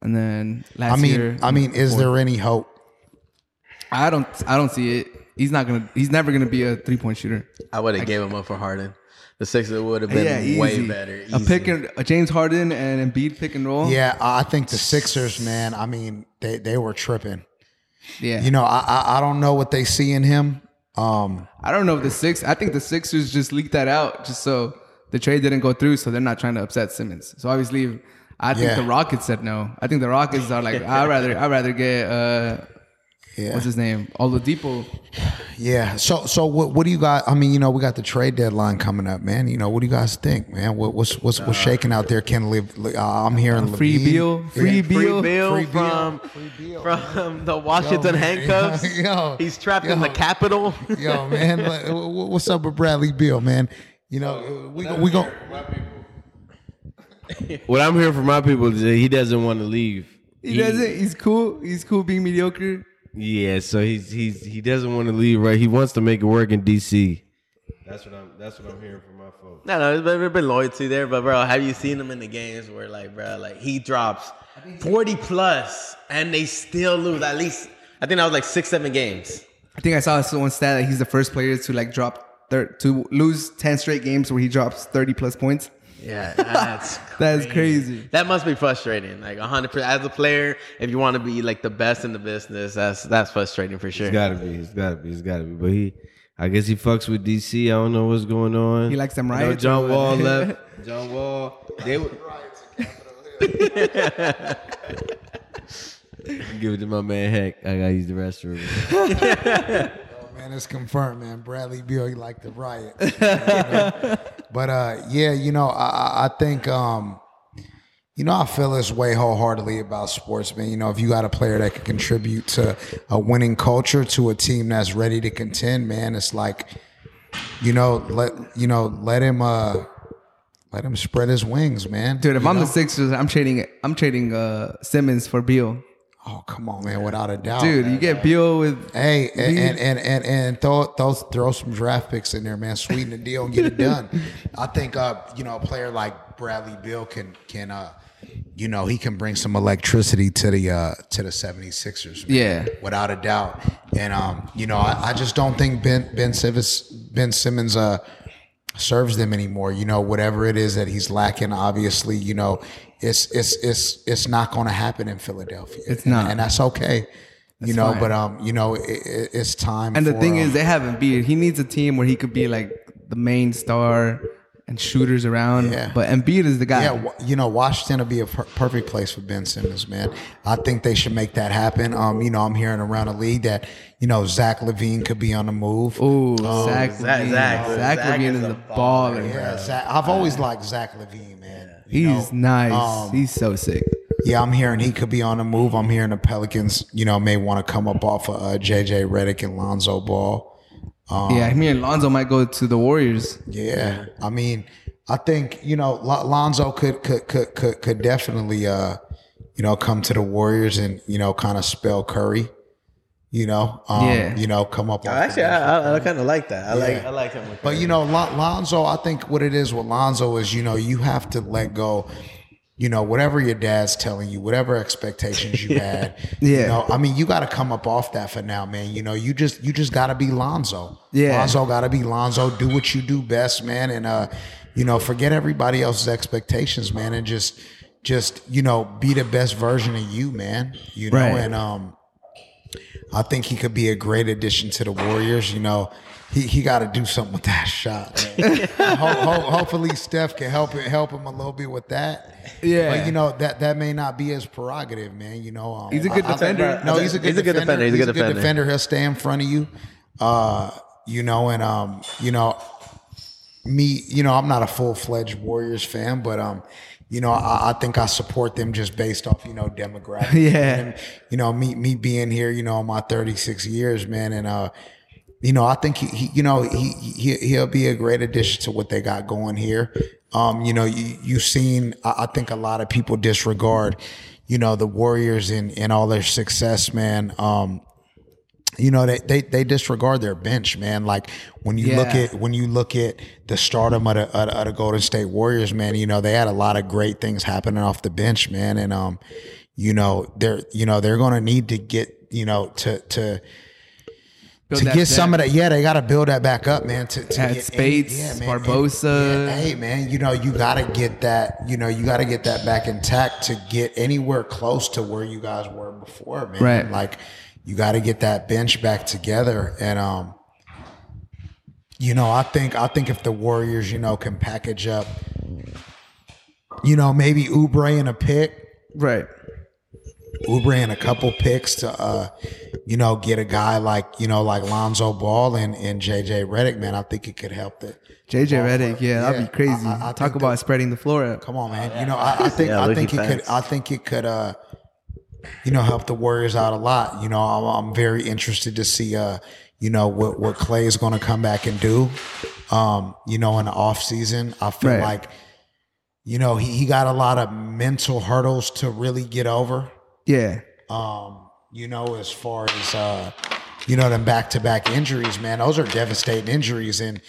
A: and then last
C: I
A: year.
C: mean, I mean, is
A: fourth.
C: there any hope?
A: I don't. I don't see it. He's not gonna. He's never gonna be a three point shooter.
B: I would have gave him up for Harden. The Sixers would have been way better.
A: A
B: easy.
A: pick and a James Harden and Embiid pick and roll.
C: Yeah, I think the Sixers, man. I mean, they they were tripping.
A: yeah.
C: You know, I, I, I don't know what they see in him. Um,
A: I don't know if the six. I think the Sixers just leaked that out just so the trade didn't go through, so they're not trying to upset Simmons. So obviously, I think
C: Yeah.
A: the Rockets said no. I think the Rockets are like, I rather, I rather get uh,
C: Yeah.
A: what's his name, Oladipo.
C: Yeah. So so what what do you guys? I mean, you know, we got the trade deadline coming up, man. You know, what do you guys think, man? What, what's what's what's shaking out there? Can live? Uh, I'm hearing
A: Free
C: Levine.
A: Beal, free Beal.
B: Free Bill
C: Free Beal.
B: from from the Washington
C: Yo,
B: handcuffs.
C: yo,
B: He's trapped in
C: yo.
B: the Capitol.
C: Yo, man, like, wh- wh- what's up with Bradley Beal, man? You know, we go- we go.
D: What I'm hearing from my people is that he doesn't want to leave.
A: He doesn't. He's cool. He's cool being mediocre.
D: Yeah, so he's he's he doesn't want to leave. Right, he wants to make it work in DC. That's what I'm. That's what I'm hearing from my folks.
B: No, no, there's been- been loyalty there, but bro, have you seen him in the games where like, bro, like he drops forty plus and they still lose? At least I think that was like six, seven games.
A: I think I saw this one stat that he's the first player to like drop thir- to lose ten straight games where he drops thirty plus points.
B: Yeah, that's
A: That's crazy.
B: that must be frustrating. Like hundred percent as a player, if you want to be like the best in the business, that's that's frustrating for sure.
D: It's gotta be. It's gotta be. It's gotta be. But he, I guess he fucks with DC. I don't know what's going on.
A: He likes them
D: I know
A: riots or
D: John
A: what?
D: Wall left. John Wall. They would. Give it to my man Heck. I gotta use the restroom.
C: Man, it's confirmed, man. Bradley Beal, he liked the riot. You know? but uh, yeah, you know, I, I- I think, um, you know, I feel this way wholeheartedly about sports, man. You know, if you got a player that can contribute to a winning culture, to a team that's ready to contend, man, it's like, you know, let you know, let him, uh, let him spread his wings, man.
A: Dude, if
C: You
A: I'm
C: know?
A: the Sixers, I'm trading. I'm trading uh, Simmons for Beal.
C: oh come on, Oh, man, without a doubt,
A: Dude, you get Beal with
C: Hey, and and, and and and throw throw throw some draft picks in there, man. Sweeten the deal and get it done. I think uh, you know, a player like Bradley Bill can can uh you know, he can bring some electricity to the uh to the 76ers. man,
A: Yeah.
C: Without a doubt. And um, you know, I, I just don't think Ben Ben Simmons Ben Simmons uh serves them anymore. You know, whatever it is that he's lacking, obviously, you know, it's it's it's it's not going to happen in Philadelphia.
A: It's
C: And-
A: not.
C: and that's okay. you know,
A: fine.
C: but um, you know, it, it, it's time.
A: and the
C: for,
A: thing
C: um,
A: is they haven't Beal. He needs a team where he could be like the main star and shooters around.
C: Yeah.
A: But Embiid is the guy.
C: yeah, wa- you know, Washington will be a per- perfect place for Ben Simmons, man. I think they should make that happen. Um, you know, I'm hearing around the league that you know Zach Levine could be on the move.
A: Ooh,
C: Oh,
A: Zach,
B: Zach-
A: Levine.
B: Zach-
A: Zach,
B: Zach
A: Levine
B: is
A: is
B: a
A: a baller.
C: yeah, Zach, I've always liked Zach Levine, man. You
A: He's
C: know,
A: nice.
C: um,
A: He's so sick.
C: Yeah, I'm hearing he could be on the move. I'm hearing the Pelicans, you know, may want to come up off of uh, JJ Redick and Lonzo Ball. um,
A: yeah, me and Lonzo might go to the Warriors.
C: Yeah. I mean, I think you know Lo- Lonzo could could could could, could definitely uh you know come to the Warriors and you know kind of spell Curry. You know, um,
A: Yeah.
C: you know, come up. off the
B: Actually,
C: bench.
B: I, I, I kind of like that. I like
C: Yeah.
B: I like him. With
C: But you know, Lon- Lonzo, I think what it is with Lonzo is, you know, you have to let go. You know, whatever your dad's telling you, whatever expectations you had,
A: Yeah.
C: you know, I mean, you got to come up off that for now, man. You know, you just you just got to be Lonzo.
A: Yeah.
C: Lonzo got to be Lonzo. Do what you do best, man, and uh, you know, forget everybody else's expectations, man, and just just you know, be the best version of you, man. You know,
A: Right.
C: and um, I think he could be a great addition to the Warriors. You know, he, he got to do something with that shot. man. Ho- ho- hopefully, Steph can help him, help him a little bit with that.
A: Yeah.
C: but you know that that may not be his prerogative, man. You know, um,
A: He's a good defender.
C: no, he's a good defender.
B: He's a good defender.
C: He'll stay in front of you. Uh, you know, and um, you know, me, you know, I'm not a full fledged Warriors fan, but um, you know, I, I think I support them just based off, you know, demographics.
A: Yeah.
C: And, you know, me me being here, you know, my 36 years, man, and uh, you know, I think he, he you know, he, he he'll be a great addition to what they got going here. Um, you know, you you've seen, I, I think a lot of people disregard, you know, the Warriors and and all their success, man. Um, you know they, they they disregard their bench man like when you look
A: Yeah.
C: at when you look at the stardom of the, of the- of the golden state warriors man you know they had a lot of great things happening off the bench man and um you know they're you know they're gonna need to get you know to to
A: Build
C: to
A: that
C: get some of
A: depth.
C: that, yeah, they got to build that back up, man. To, to
A: Add
C: get
A: Spates, Barbosa.
C: yeah, hey, man, you know you got to get that. You know you got to get that back intact to get anywhere close to where you guys were before, man.
A: Right.
C: Like you got to get that bench back together, and um, you know, I think I think if the Warriors, you know, can package up, you know, maybe Ubre and a pick,
A: Right.
C: Uber and a couple picks to, uh, you know, get a guy like you know like Lonzo Ball and and JJ Redick, man. I think it could help. The
A: JJ Reddick, yeah, that'd
C: Yeah,
A: be crazy.
C: I- I- I
A: Talk
C: think
A: about
C: that-
A: spreading the floor out.
C: come on, man. You know, I, I think
B: Yeah,
C: I
B: Luki
C: think it could
B: facts.
C: I think it could uh, you know, help the Warriors out a lot. You know, I'm, I'm very interested to see uh, you know, what what Clay is going to come back and do. Um, you know, in the off season, I feel
A: Right.
C: like, you know, he, he got a lot of mental hurdles to really get over.
A: Yeah.
C: um, you know, as far as uh, you know, them back to back injuries, man, those are devastating injuries. And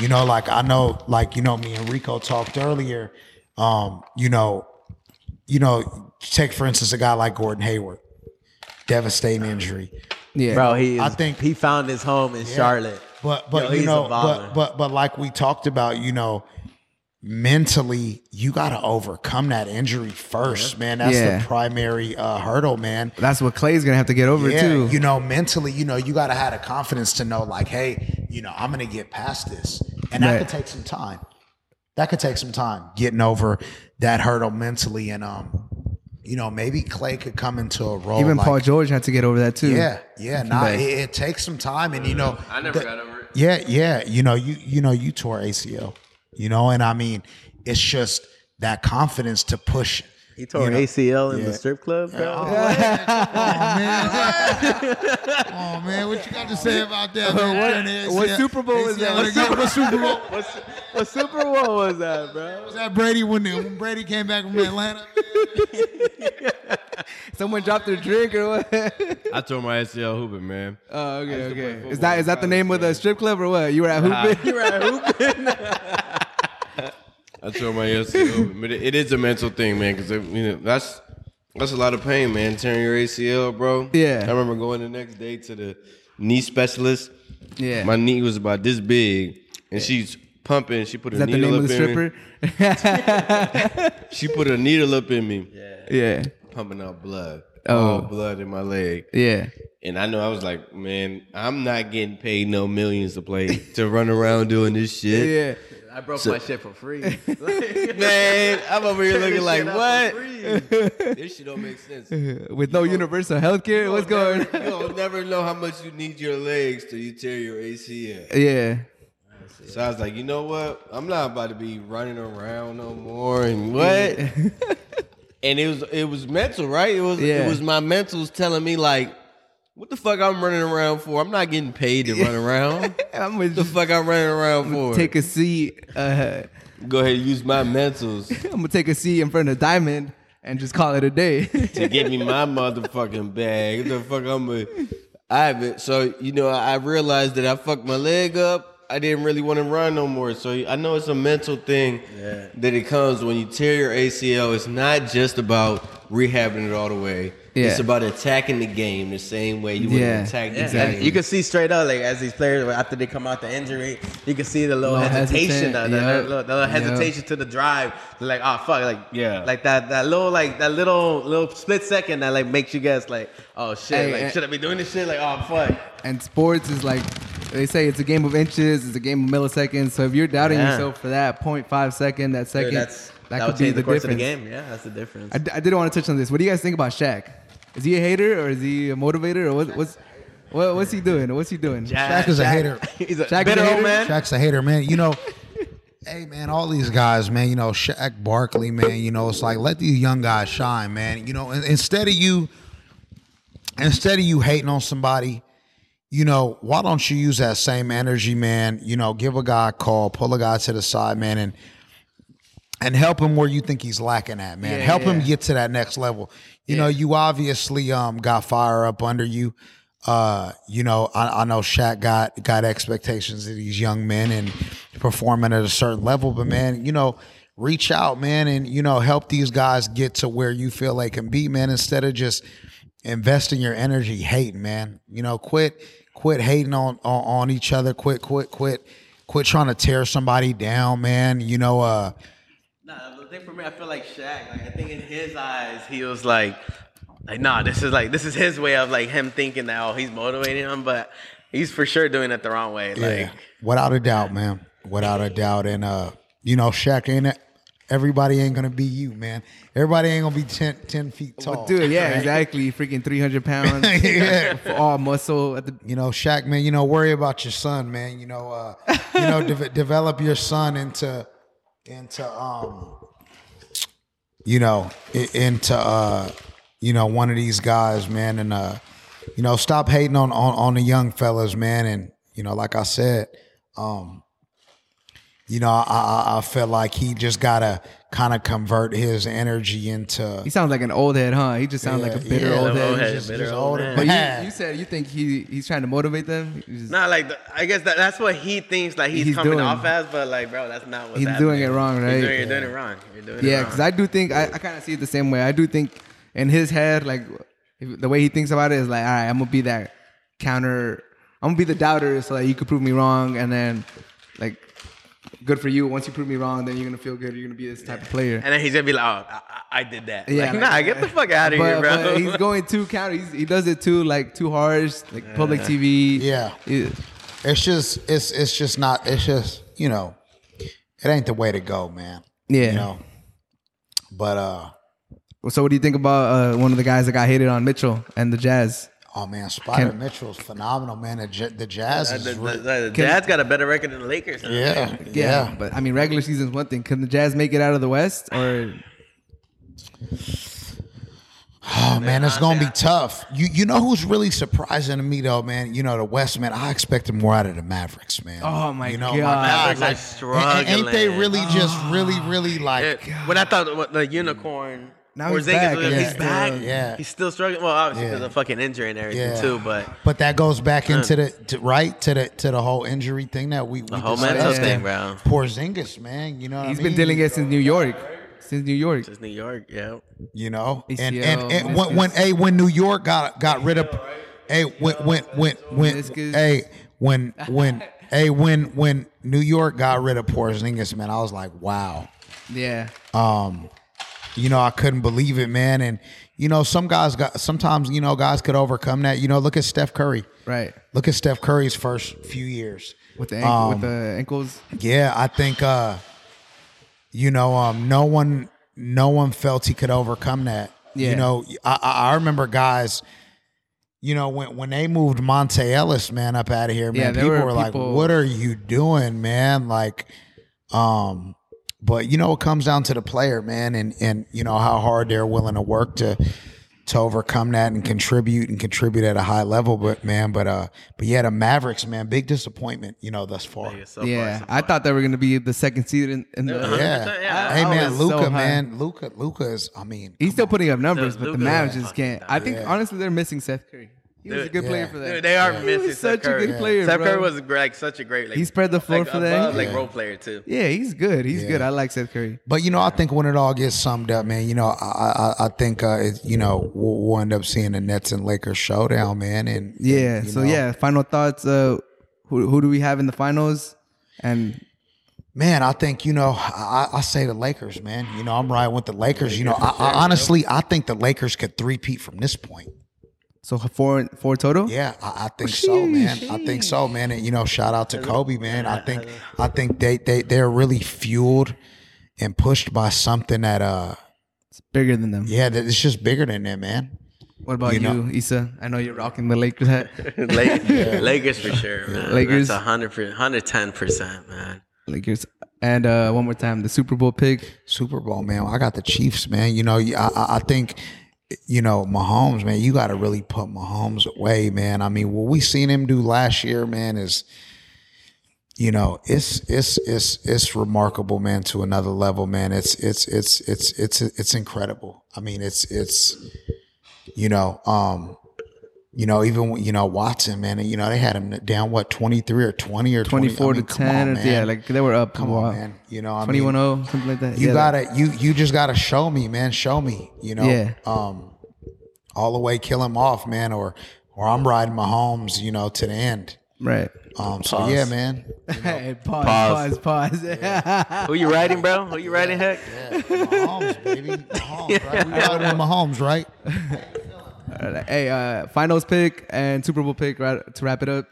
C: you know, like I know, like you know, me and Rico talked earlier. Um, you know, you know, take for instance a guy like Gordon Hayward, devastating injury.
A: Yeah.
B: Bro, he is,
C: I think-
B: he found his home in Charlotte.
C: But
B: Yo,
C: but you
B: he's a
C: know,
B: baller.
C: but but but like we talked about, you know, mentally you got to overcome that injury first, man. That's
A: Yeah.
C: the primary uh, hurdle, man.
A: That's what Clay's gonna have to get over
C: yeah,
A: too.
C: You know, mentally, you know, you gotta have the confidence to know, like, hey, you know, I'm gonna get past this. And that
A: Right.
C: could take some time. That could take some time getting over that hurdle mentally. And um, you know, maybe Clay could come into a role.
A: Even
C: like-
A: Paul George had to get over that too.
C: Yeah, yeah. Nah,
A: Right.
C: it, it takes some time. And you know,
G: I never
C: the-
G: got over it.
C: yeah, yeah. You know, you you know, you tore ACL. You know, and I mean, it's just that confidence to push.
B: He tore ACL in the strip club, bro.
C: Oh man, what you got to say about that? Man?
A: what Super Bowl is that? What Super-
C: Super Bowl?
B: Oh. What Super Bowl was that, bro?
C: Was that Brady when, when Brady came back from Atlanta?
A: Someone dropped their drink or what?
D: I tore my ACL hooping, man.
A: Oh, okay, okay.
D: play
A: Is that is that the name of the strip club or what? You were at Hoopin?
D: I tore my ACL hooping, but it, it is a mental thing, man. Because you know that's that's a lot of pain, man. Tearing your ACL, bro.
A: Yeah.
D: I remember going the next day to the knee specialist.
A: yeah.
D: My knee was about this big, and she's pumping. She put
A: is
D: a
A: that the name
D: needle up
A: of the
D: in me.
A: stripper?
D: She put a needle up in me,
A: yeah.
D: pumping out blood.
A: Oh.
D: all blood in my leg.
A: Yeah.
D: And I know I was like, man, I'm not getting paid no millions to play to run around doing this shit.
A: Yeah.
B: I broke my shit for free.
D: Man, I'm over here looking like,
B: Shit out
D: what?
B: for free.
D: This shit don't make sense. You
A: With no universal healthcare, what's
D: don't
A: going?
D: never- You don't never know how much you need your legs till you tear your ACL.
A: yeah.
D: So I was like, you know what? I'm not about to be running around no more. And what? and it was it was mental, right? It was
A: Yeah.
D: it was my mentals telling me like, what the fuck I'm running around for? I'm not getting paid to run around.
A: I'm with
D: the fuck I'm running around for?
A: Take a seat. Uh,
D: Go ahead and use my mentals
A: I'm gonna take a seat in front of Diamond and just call it a day.
D: to get me my motherfucking bag. The fuck I'm a, I haven't. So you know, I I realized that I fucked my leg up. I didn't really want to run no more. So I know it's a mental thing that it comes when you tear your ACL. It's not just about rehabbing it all the way.
A: Yeah.
D: It's about attacking the game the same way you would
A: Yeah,
D: attack the
B: Yeah,
D: game.
B: and You can see straight up, like as these players after they come out the injury, you can see the little
A: Little
B: hesitation,
A: hesitant,
B: the, the-
A: yep,
B: the little, the little
A: yep.
B: hesitation to the drive. They're like, oh fuck, like
D: Yeah.
B: like that that little like that little little split second that like makes you guess like, oh shit,
A: Hey,
B: like
A: and-
B: should I be doing this shit? Like oh fuck,
A: and sports is like they say it's a game of inches, it's a game of milliseconds. So if you're doubting
B: Yeah.
A: yourself for that 0.5 second, that second,
B: Dude, that's
A: that,
B: that,
A: could
B: would
A: be
B: change
A: the,
B: the course
A: difference.
B: of the game. Yeah, that's the difference.
A: I, d- I did want to touch on this. What do you guys think about Shaq? Is he a hater or is he a motivator or what, what's what, what's he doing? What's he doing?
C: Shaq is a hater.
B: He's a
A: Shaq is a
B: bitter
A: hater?
B: old man.
C: Shaq's a hater, man. You know, hey man, all these guys, man. You know, Shaq Barkley, man. You know, it's like let these young guys shine, man. You know, in- instead of you, instead of you hating on somebody, you know, why don't you use that same energy, man? You know, give a guy a call, pull a guy to the side, man, and and help him where you think he's lacking at, man.
A: Yeah,
C: help him
A: yeah.
C: get to that next level. You know, you obviously um got fire up under you. Uh, you know, I, I know Shaq got got expectations of these young men and performing at a certain level, but man, you know, reach out, man, and you know, help these guys get to where you feel they can be, man, instead of just investing your energy hating, man. You know, quit quit hating on on, on each other. Quit, quit, quit, quit trying to tear somebody down, man. You know, uh
B: Nah, the thing for me, I feel like Shaq. Like I think in his eyes, he was like, like nah, this is like this is his way of like him thinking that oh he's motivating him, but He's for sure doing it the wrong way. Like
C: yeah, without a doubt, man. Without a doubt, and uh, you know, Shaq ain't it. Everybody ain't gonna be you, man. Everybody ain't gonna be 10, 10 feet tall.
A: Well, Oh, dude, yeah, exactly. Freaking 300 pounds,
C: Yeah.
A: all muscle at the
C: You know, Shaq, man. You know, worry about your son, man. You know, uh, you know, de- develop your son into, into, um, you know, i- into, uh, you know, one of these guys, man. And uh, you know, stop hating on on, on the young fellas, man. And you know, like I said, um, you know, I I, I feel like he just gotta kind of convert his energy into.
A: He sounds like an old head, huh? He just sounds like a bitter
C: yeah,
A: old
B: old
A: head.
B: head.
C: just-
B: bitter
C: just
B: old
C: older
B: man.
A: But
C: man.
A: you, you said you think he he's trying to motivate them. He's, just-
B: not like the, I guess that, that's what he thinks like he's,
A: He's
B: coming
A: doing-
B: off as, but like bro, that's not what
A: he's doing it wrong,
B: You're
A: right?
B: doing, you're doing it wrong. You're doing
A: yeah,
B: it wrong.
A: because I do think I, I kind of see it the same way. I do think in his head, like if, the way he thinks about it is like, all right, I'm gonna be that counter. I'm gonna be the doubter, so that you could prove me wrong, and then like, good for you. Once you prove me wrong, then you're gonna feel good. You're gonna be this type of player.
B: and then he's gonna be like, "Oh, I, I- I did that."
A: Yeah,
B: Yeah, like,
A: like,
B: nah, get the fuck out of
A: but,
B: here, bro.
A: but he's going too counter. He's, he does it too, like too harsh, like public TV.
C: Yeah.
A: He-
C: It's just it's it's just not it's just you know it ain't the way to go, man.
A: Yeah.
C: You know. But uh
A: So what do you think about uh, one of the guys that got hated on Mitchell and the Jazz?
C: oh man, Spider
A: Can- Mitchell's
C: Mitchell's phenomenal, man. The, j- the Jazz
B: The-
C: is
B: the-
C: re-
B: the- the Dad's got a better record than the Lakers. huh?
C: yeah, yeah.
A: but I mean, regular season's one thing. Can the Jazz make it out of the West, or
C: Oh man, it's gonna be tough. You you know who's really surprising to me though, man. You know the West, man. I expected more out of the Mavericks, man.
A: Oh, my
C: you know,
A: God. Ah.
B: Mavericks are
C: and- and ain't they
B: struggling.
C: really just really really like?
B: Yeah, When I thought what, the unicorn.
A: Now he's
B: Porzingis
A: back,
B: was-
A: yeah.
B: He's back.
C: Yeah.
B: He's still struggling. Well, obviously
C: Yeah.
B: because of fucking injury and everything
C: Yeah.
B: too. But
C: But that goes back into the to, right to the to the whole injury thing that we, we
B: the whole
C: discussed.
B: mental
A: yeah.
B: thing, bro.
C: Porzingis, man. You know, what
A: he's
C: I
A: been
C: mean?
A: dealing it since New York, since New York.
B: It's New York. Yeah.
C: You know, and
A: ACL,
C: and, and when, when hey when New York got got rid of hey when when when when
A: Meniscus.
C: hey when when hey when when New York got rid of Porzingis, man, I was like, wow. Um,
A: Yeah,
C: You know, I couldn't believe it, man. And you know, some guys got sometimes you know guys could overcome that. You know, look at Steph Curry.
A: right.
C: Look at Steph Curry's first few years.
A: With the ankle, with
C: Um,
A: the ankles.
C: Yeah, I think uh you know, um no one no one felt he could overcome that.
A: Yeah.
C: You know, I I I remember guys you know when when they moved Monte Ellis man up out of here,
A: Yeah,
C: man,
A: there
C: people
A: were
C: were, like,
A: people-
C: "What are you doing, man?" Like um but you know it comes down to the player, man, and and you know how hard they're willing to work to to overcome that and contribute and contribute at a high level, but man, but uh but yeah, the Mavericks, man, big disappointment, you know, thus far.
B: So far,
A: yeah,
B: so
A: I thought they were gonna be the second seed in, in the.
B: Yeah.
C: Yeah.
B: Yeah.
C: Hey
A: I
C: man,
A: was
C: Luca,
A: Oh, so high.
C: man, Luca, Luca is. I mean,
A: He's still putting up numbers,
B: Dude,
A: but the
B: Luka
A: Mavs
B: is
A: just
B: fucking
A: can't. I think
C: Yeah.
A: honestly they're missing Seth Curry. He was a
B: Dude,
A: good player
C: yeah.
A: for
B: Dude,
A: that.
B: they are
A: He
B: missing
A: was
B: Steph
A: such a
B: Curry.
A: good player.
B: Steph
A: bro.
B: Curry was like such a great. Like,
A: He spread the floor
B: like,
A: for them.
B: above, Like
A: Yeah.
B: role player too.
A: Yeah, he's good. He's
C: Yeah.
A: good. I like Seth Curry.
C: but you know, I think when it all gets summed up, man, you know, I, I, I think, uh, it, you know, we'll, we'll end up seeing the Nets and Lakers showdown, man, and
A: Yeah.
C: and, you
A: so
C: know,
A: yeah, final thoughts. Uh, who who do we have in the finals? And
C: man, I think you know, I, I I say the Lakers, man. You know, I'm riding with the Lakers. You know, I, I honestly, I think the Lakers could three-peat from this point.
A: so four four total.
C: Yeah, I, I think so, man. I think so, man. And you know, shout out to Kobe, man. I think I think they they they're really fueled and pushed by something that uh
A: bigger than them.
C: yeah that it's just bigger than them, man.
A: What about you,
C: You know-
A: Issa? I know you're rocking the Lakers hat.
B: Lakers, Lakers for sure, man.
A: Lakers.
B: Lakers, that's 110 percent, man.
A: Lakers. And uh, one more time, the Super Bowl pick.
C: Super Bowl, man. I got the Chiefs, man. You know, I I, I think. You know, Mahomes, man, you got to really put Mahomes away, man. I mean, what we seen him do last year, man, is, you know, it's it's it's it's remarkable, man, to another level, man. It's it's it's it's it's it's incredible. I mean, it's it's, you know, um, you know, even when- you know Watson, man, you know they had him down what twenty three or twenty or 20? I
A: 24
C: mean,
A: to
C: come on,
A: 10.
C: man.
A: yeah, like they were up.
C: come on, man. You know, I mean,
A: 21 0, oh, something like that.
C: you
A: Yeah,
C: gotta you you just gotta show me man show me you know
A: Yeah.
C: um all the way kill him off man or or i'm riding my homes you know to the end
A: Right.
C: um so yeah man
A: Hey, pause, pause, pause.
B: Who you writing, bro? Who you writing, heck?
C: yeah, Mahomes, baby. Mahomes, right? We riding with Mahomes, right?
A: All right, hey, uh, finals pick and Super Bowl pick right, to wrap it up.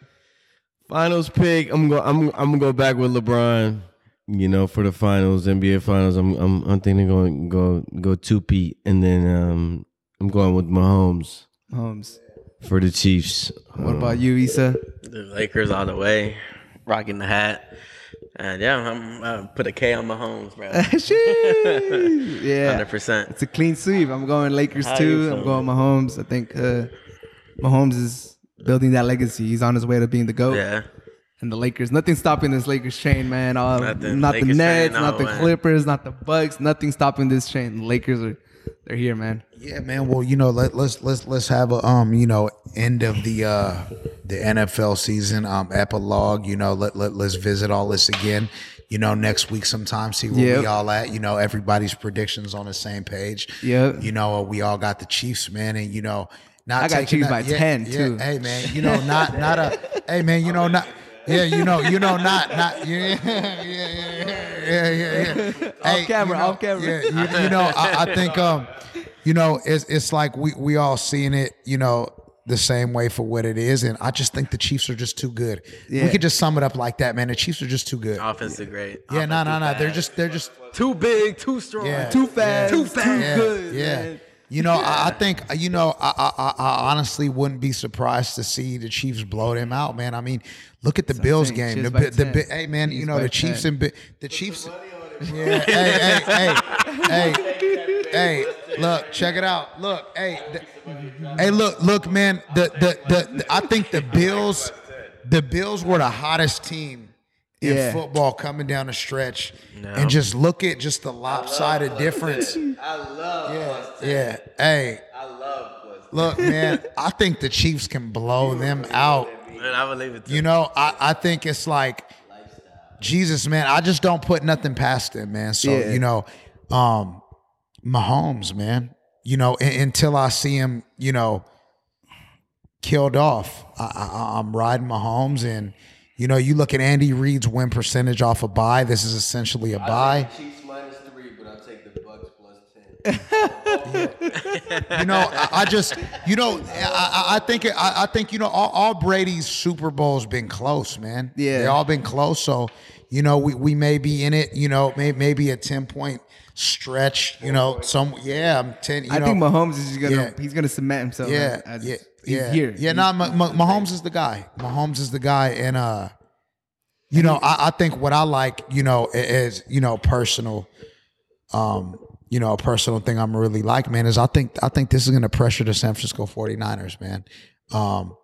D: Finals pick. I'm go. I'm. I'm gonna go back with LeBron. You know, for the finals, NBA finals. I'm. I'm. I'm thinking going go go two peat, and then um, I'm going with Mahomes
A: Holmes.
D: for the Chiefs.
A: What about you, Issa?
B: The Lakers all the way, rocking the hat. And yeah, I'm, i put a K on my homes, bro.
A: Sheesh. yeah.
B: 100%.
A: It's a clean sweep. I'm going Lakers
B: How you
A: too.
B: feeling?
A: I'm going Mahomes. I think uh, Mahomes is building that legacy. He's on his way to being the GOAT.
B: Yeah.
A: And the Lakers, nothing stopping this Lakers chain, man. All,
B: Nothing.
A: Not the
B: Lakers
A: Nets,
B: chain,
A: not the
B: no, man.
A: Clippers, not the Bucks. Nothing stopping this chain. The Lakers are, they're here, man.
C: Yeah, man. Well, you know, let, let's let's let's have a um, you know, end of the uh the NFL season um epilogue. You know, let let let's visit all this again. You know, next week sometime see where
A: Yep.
C: we all at. You know, everybody's predictions on the same page.
A: Yep.
C: You know, we all got the Chiefs, man, and you know, not
A: I got
C: taking
A: Chiefs
C: that-
A: by 10, too.
C: Hey, man. You know, not not a. hey, man. You know, not. Yeah, you know, you know, not not. Yeah, yeah, yeah, yeah, yeah. yeah. Hey, you
A: camera,
C: know,
A: off camera.
C: Yeah, you, you know, I, I think um, you know, it's it's like we we all seeing it, you know, the same way for what it is, and I just think the Chiefs are just too good.
A: Yeah.
C: We could just sum it up like that, man. The Chiefs are just too good.
B: Offense is great.
C: yeah, no,
B: Offense
C: no,
B: is
C: no. They're
B: bad.
C: just they're just
B: too big, too strong.
C: Yeah.
A: Too fast,
C: Too
A: too,
B: fast.
C: yeah,
A: good.
C: Yeah.
A: man.
C: You know, I, I think you know. I, I I I honestly wouldn't be surprised to see the Chiefs blow them out, man. I mean, look at the Bills
A: saying, Chiefs
C: game. The,
A: by
C: bi- the
A: 10.
C: bi- hey man,
A: Chiefs
C: you know
A: by
C: the Chiefs
A: 10.
C: and bi- the Chiefs. Yeah, hey, hey, hey, hey, hey! Look, check it out. Look, hey, the- hey, look, look, man. The, the the I think the Bills, the Bills were the hottest team in
A: Yeah.
C: football coming down the stretch, and just look at just the lopsided difference.
G: I love
C: Yeah,
G: plus 10.
C: yeah. Hey,
G: I love plus 10.
C: look, man, I think the Chiefs can blow them out.
B: Man, I believe it. Too.
C: You know, I, I think it's like Jesus, man. I just don't put nothing past them, man. So
A: Yeah.
C: you know, um, Mahomes, man. You know, un- until I see him, you know, killed off, I, I, I'm riding Mahomes, and you know, you look at Andy Reid's win percentage off a buy. This is essentially a buy.
G: Chiefs minus three, but I'll take the Bucks plus 10.
C: you know, I, I just, you know, I, I- I think, I, I think, you know, all, all Brady's Super Bowls been close, man.
A: Yeah.
C: they all been close. So, you know, we, we may be in it. You know, may, maybe a ten point stretch. You know, some yeah, I'm ten. You
A: I
C: know,
A: think Mahomes is just gonna
C: yeah.
A: he's gonna cement himself.
C: yeah,
A: as- as-
C: yeah,
A: he's
C: yeah,
A: here.
C: Yeah, no, nah, Ma- Ma- Mahomes is the guy. Mahomes is the guy, and uh, you know, I, I think what I like, you know, i- is you know, personal, um, you know, a personal thing I'm really like, man, is I think I think this is going to pressure the San Francisco 49ers, man. Um,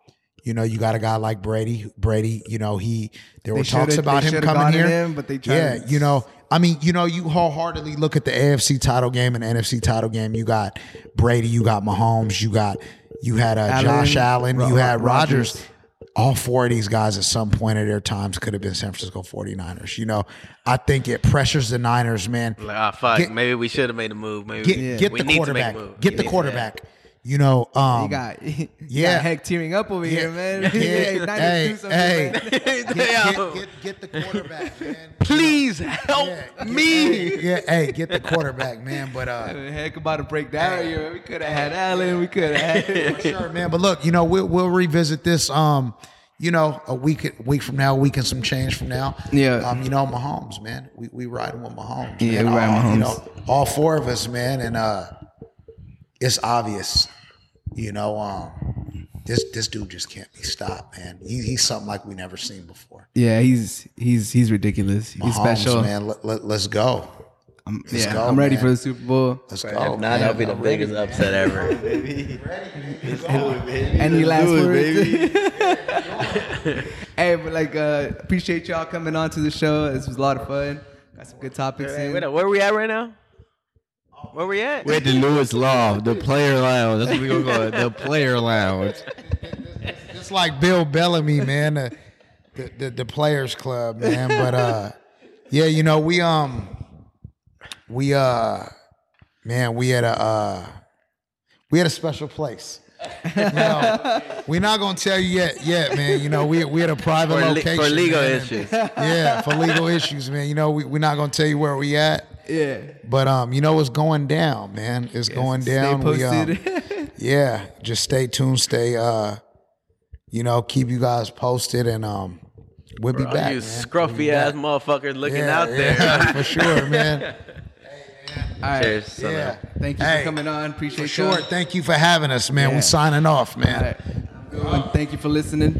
C: you know, you got a guy like Brady. Brady, you know, he there
A: They
C: were talks
A: shoulda-
C: about
A: they
C: him
A: shoulda
C: coming
A: gotten
C: here,
A: him, but they tried
C: yeah,
A: to-
C: you know. I mean, you know, you wholeheartedly look at the AFC title game and NFC title game. You got Brady, you got Mahomes, you got you had uh,
A: Allen,
C: Josh Allen,
A: Ro-
C: you had
A: Rodgers.
C: Rodgers all four of these guys at some point of their times could have been San Francisco 49ers. You know, I think it pressures the Niners, man.
B: Like, ah, fuck.
C: Get-
B: maybe we should have made a move. Maybe
C: Get,
B: we,
C: get
B: we
C: the
B: need to make
C: quarterback.
B: a move.
C: Get the
B: Yeah.
C: quarterback. You know, um,
A: You got, yeah.
C: Yeah.
A: heck tearing up over
C: yeah,
A: here, man.
C: yeah,
A: Hey, Niners, do
C: hey,
A: something,
C: hey,
A: man.
C: get, get, get, get the quarterback, man.
B: Please help
C: Yeah, get-
B: me.
C: hey, yeah, hey, get the quarterback, man. But uh,
A: Heck about to break down here. We could have had Allen. We could have had
C: For sure, man. But look, you know, we'll we'll revisit this. Um, you know, a week week from now, a week and some change from now.
A: Yeah.
C: Um, you know, Mahomes, man. We we riding with Mahomes.
A: Yeah,
C: man.
A: we riding
C: all,
A: Mahomes.
C: You know, all four of us, man, and uh, it's obvious. You know, um, this this dude just can't be stopped, man. He, he's something like we never seen before.
A: Yeah, he's he's he's ridiculous. he's
C: Mahomes,
A: special.
C: man. Let, let, let's go.
A: I'm,
C: Let's
A: yeah,
C: go,
A: I'm ready
C: man.
A: for the Super Bowl.
C: Let's go.
B: If not,
C: Oh, man.
B: that'll be the
C: I'm
B: biggest upset ever.
A: Any last words? hey, but like, uh, appreciate y'all coming on to the show. This was a lot of fun. Got some good topics in.
B: Wait, where we at right now? Where we at?
D: We're at the newest law, the player lounge. That's what we gonna call it, the player lounge.
C: It's like Bill Bellamy, man, the, the the the Players Club, man. But uh, yeah, you know we um we uh man we had a uh, we had a special place. No, we're not gonna tell you yet, yet, man. You know we we had a private
B: For, le-
C: location
B: for legal
C: man.
B: issues.
C: Yeah, for legal issues, man. You know we we're not gonna tell you where we at.
A: Yeah.
C: But um, you know what's going down, man. It's going down.
A: Stay
C: We, um,
A: posted.
C: yeah just stay tuned stay uh you know keep you guys posted and um We'll be
B: All
C: back.
B: you
C: man.
B: scruffy ass motherfuckers looking
C: Yeah,
B: out
C: yeah,
B: there.
C: for sure, man.
A: All right.
B: Cheers, son.
C: yeah,
A: Thank you
C: Hey,
A: for coming on. Appreciate
C: for
A: you.
C: sure. Thank you for having us, man. we signing off, man.
A: All right. Thank you for listening.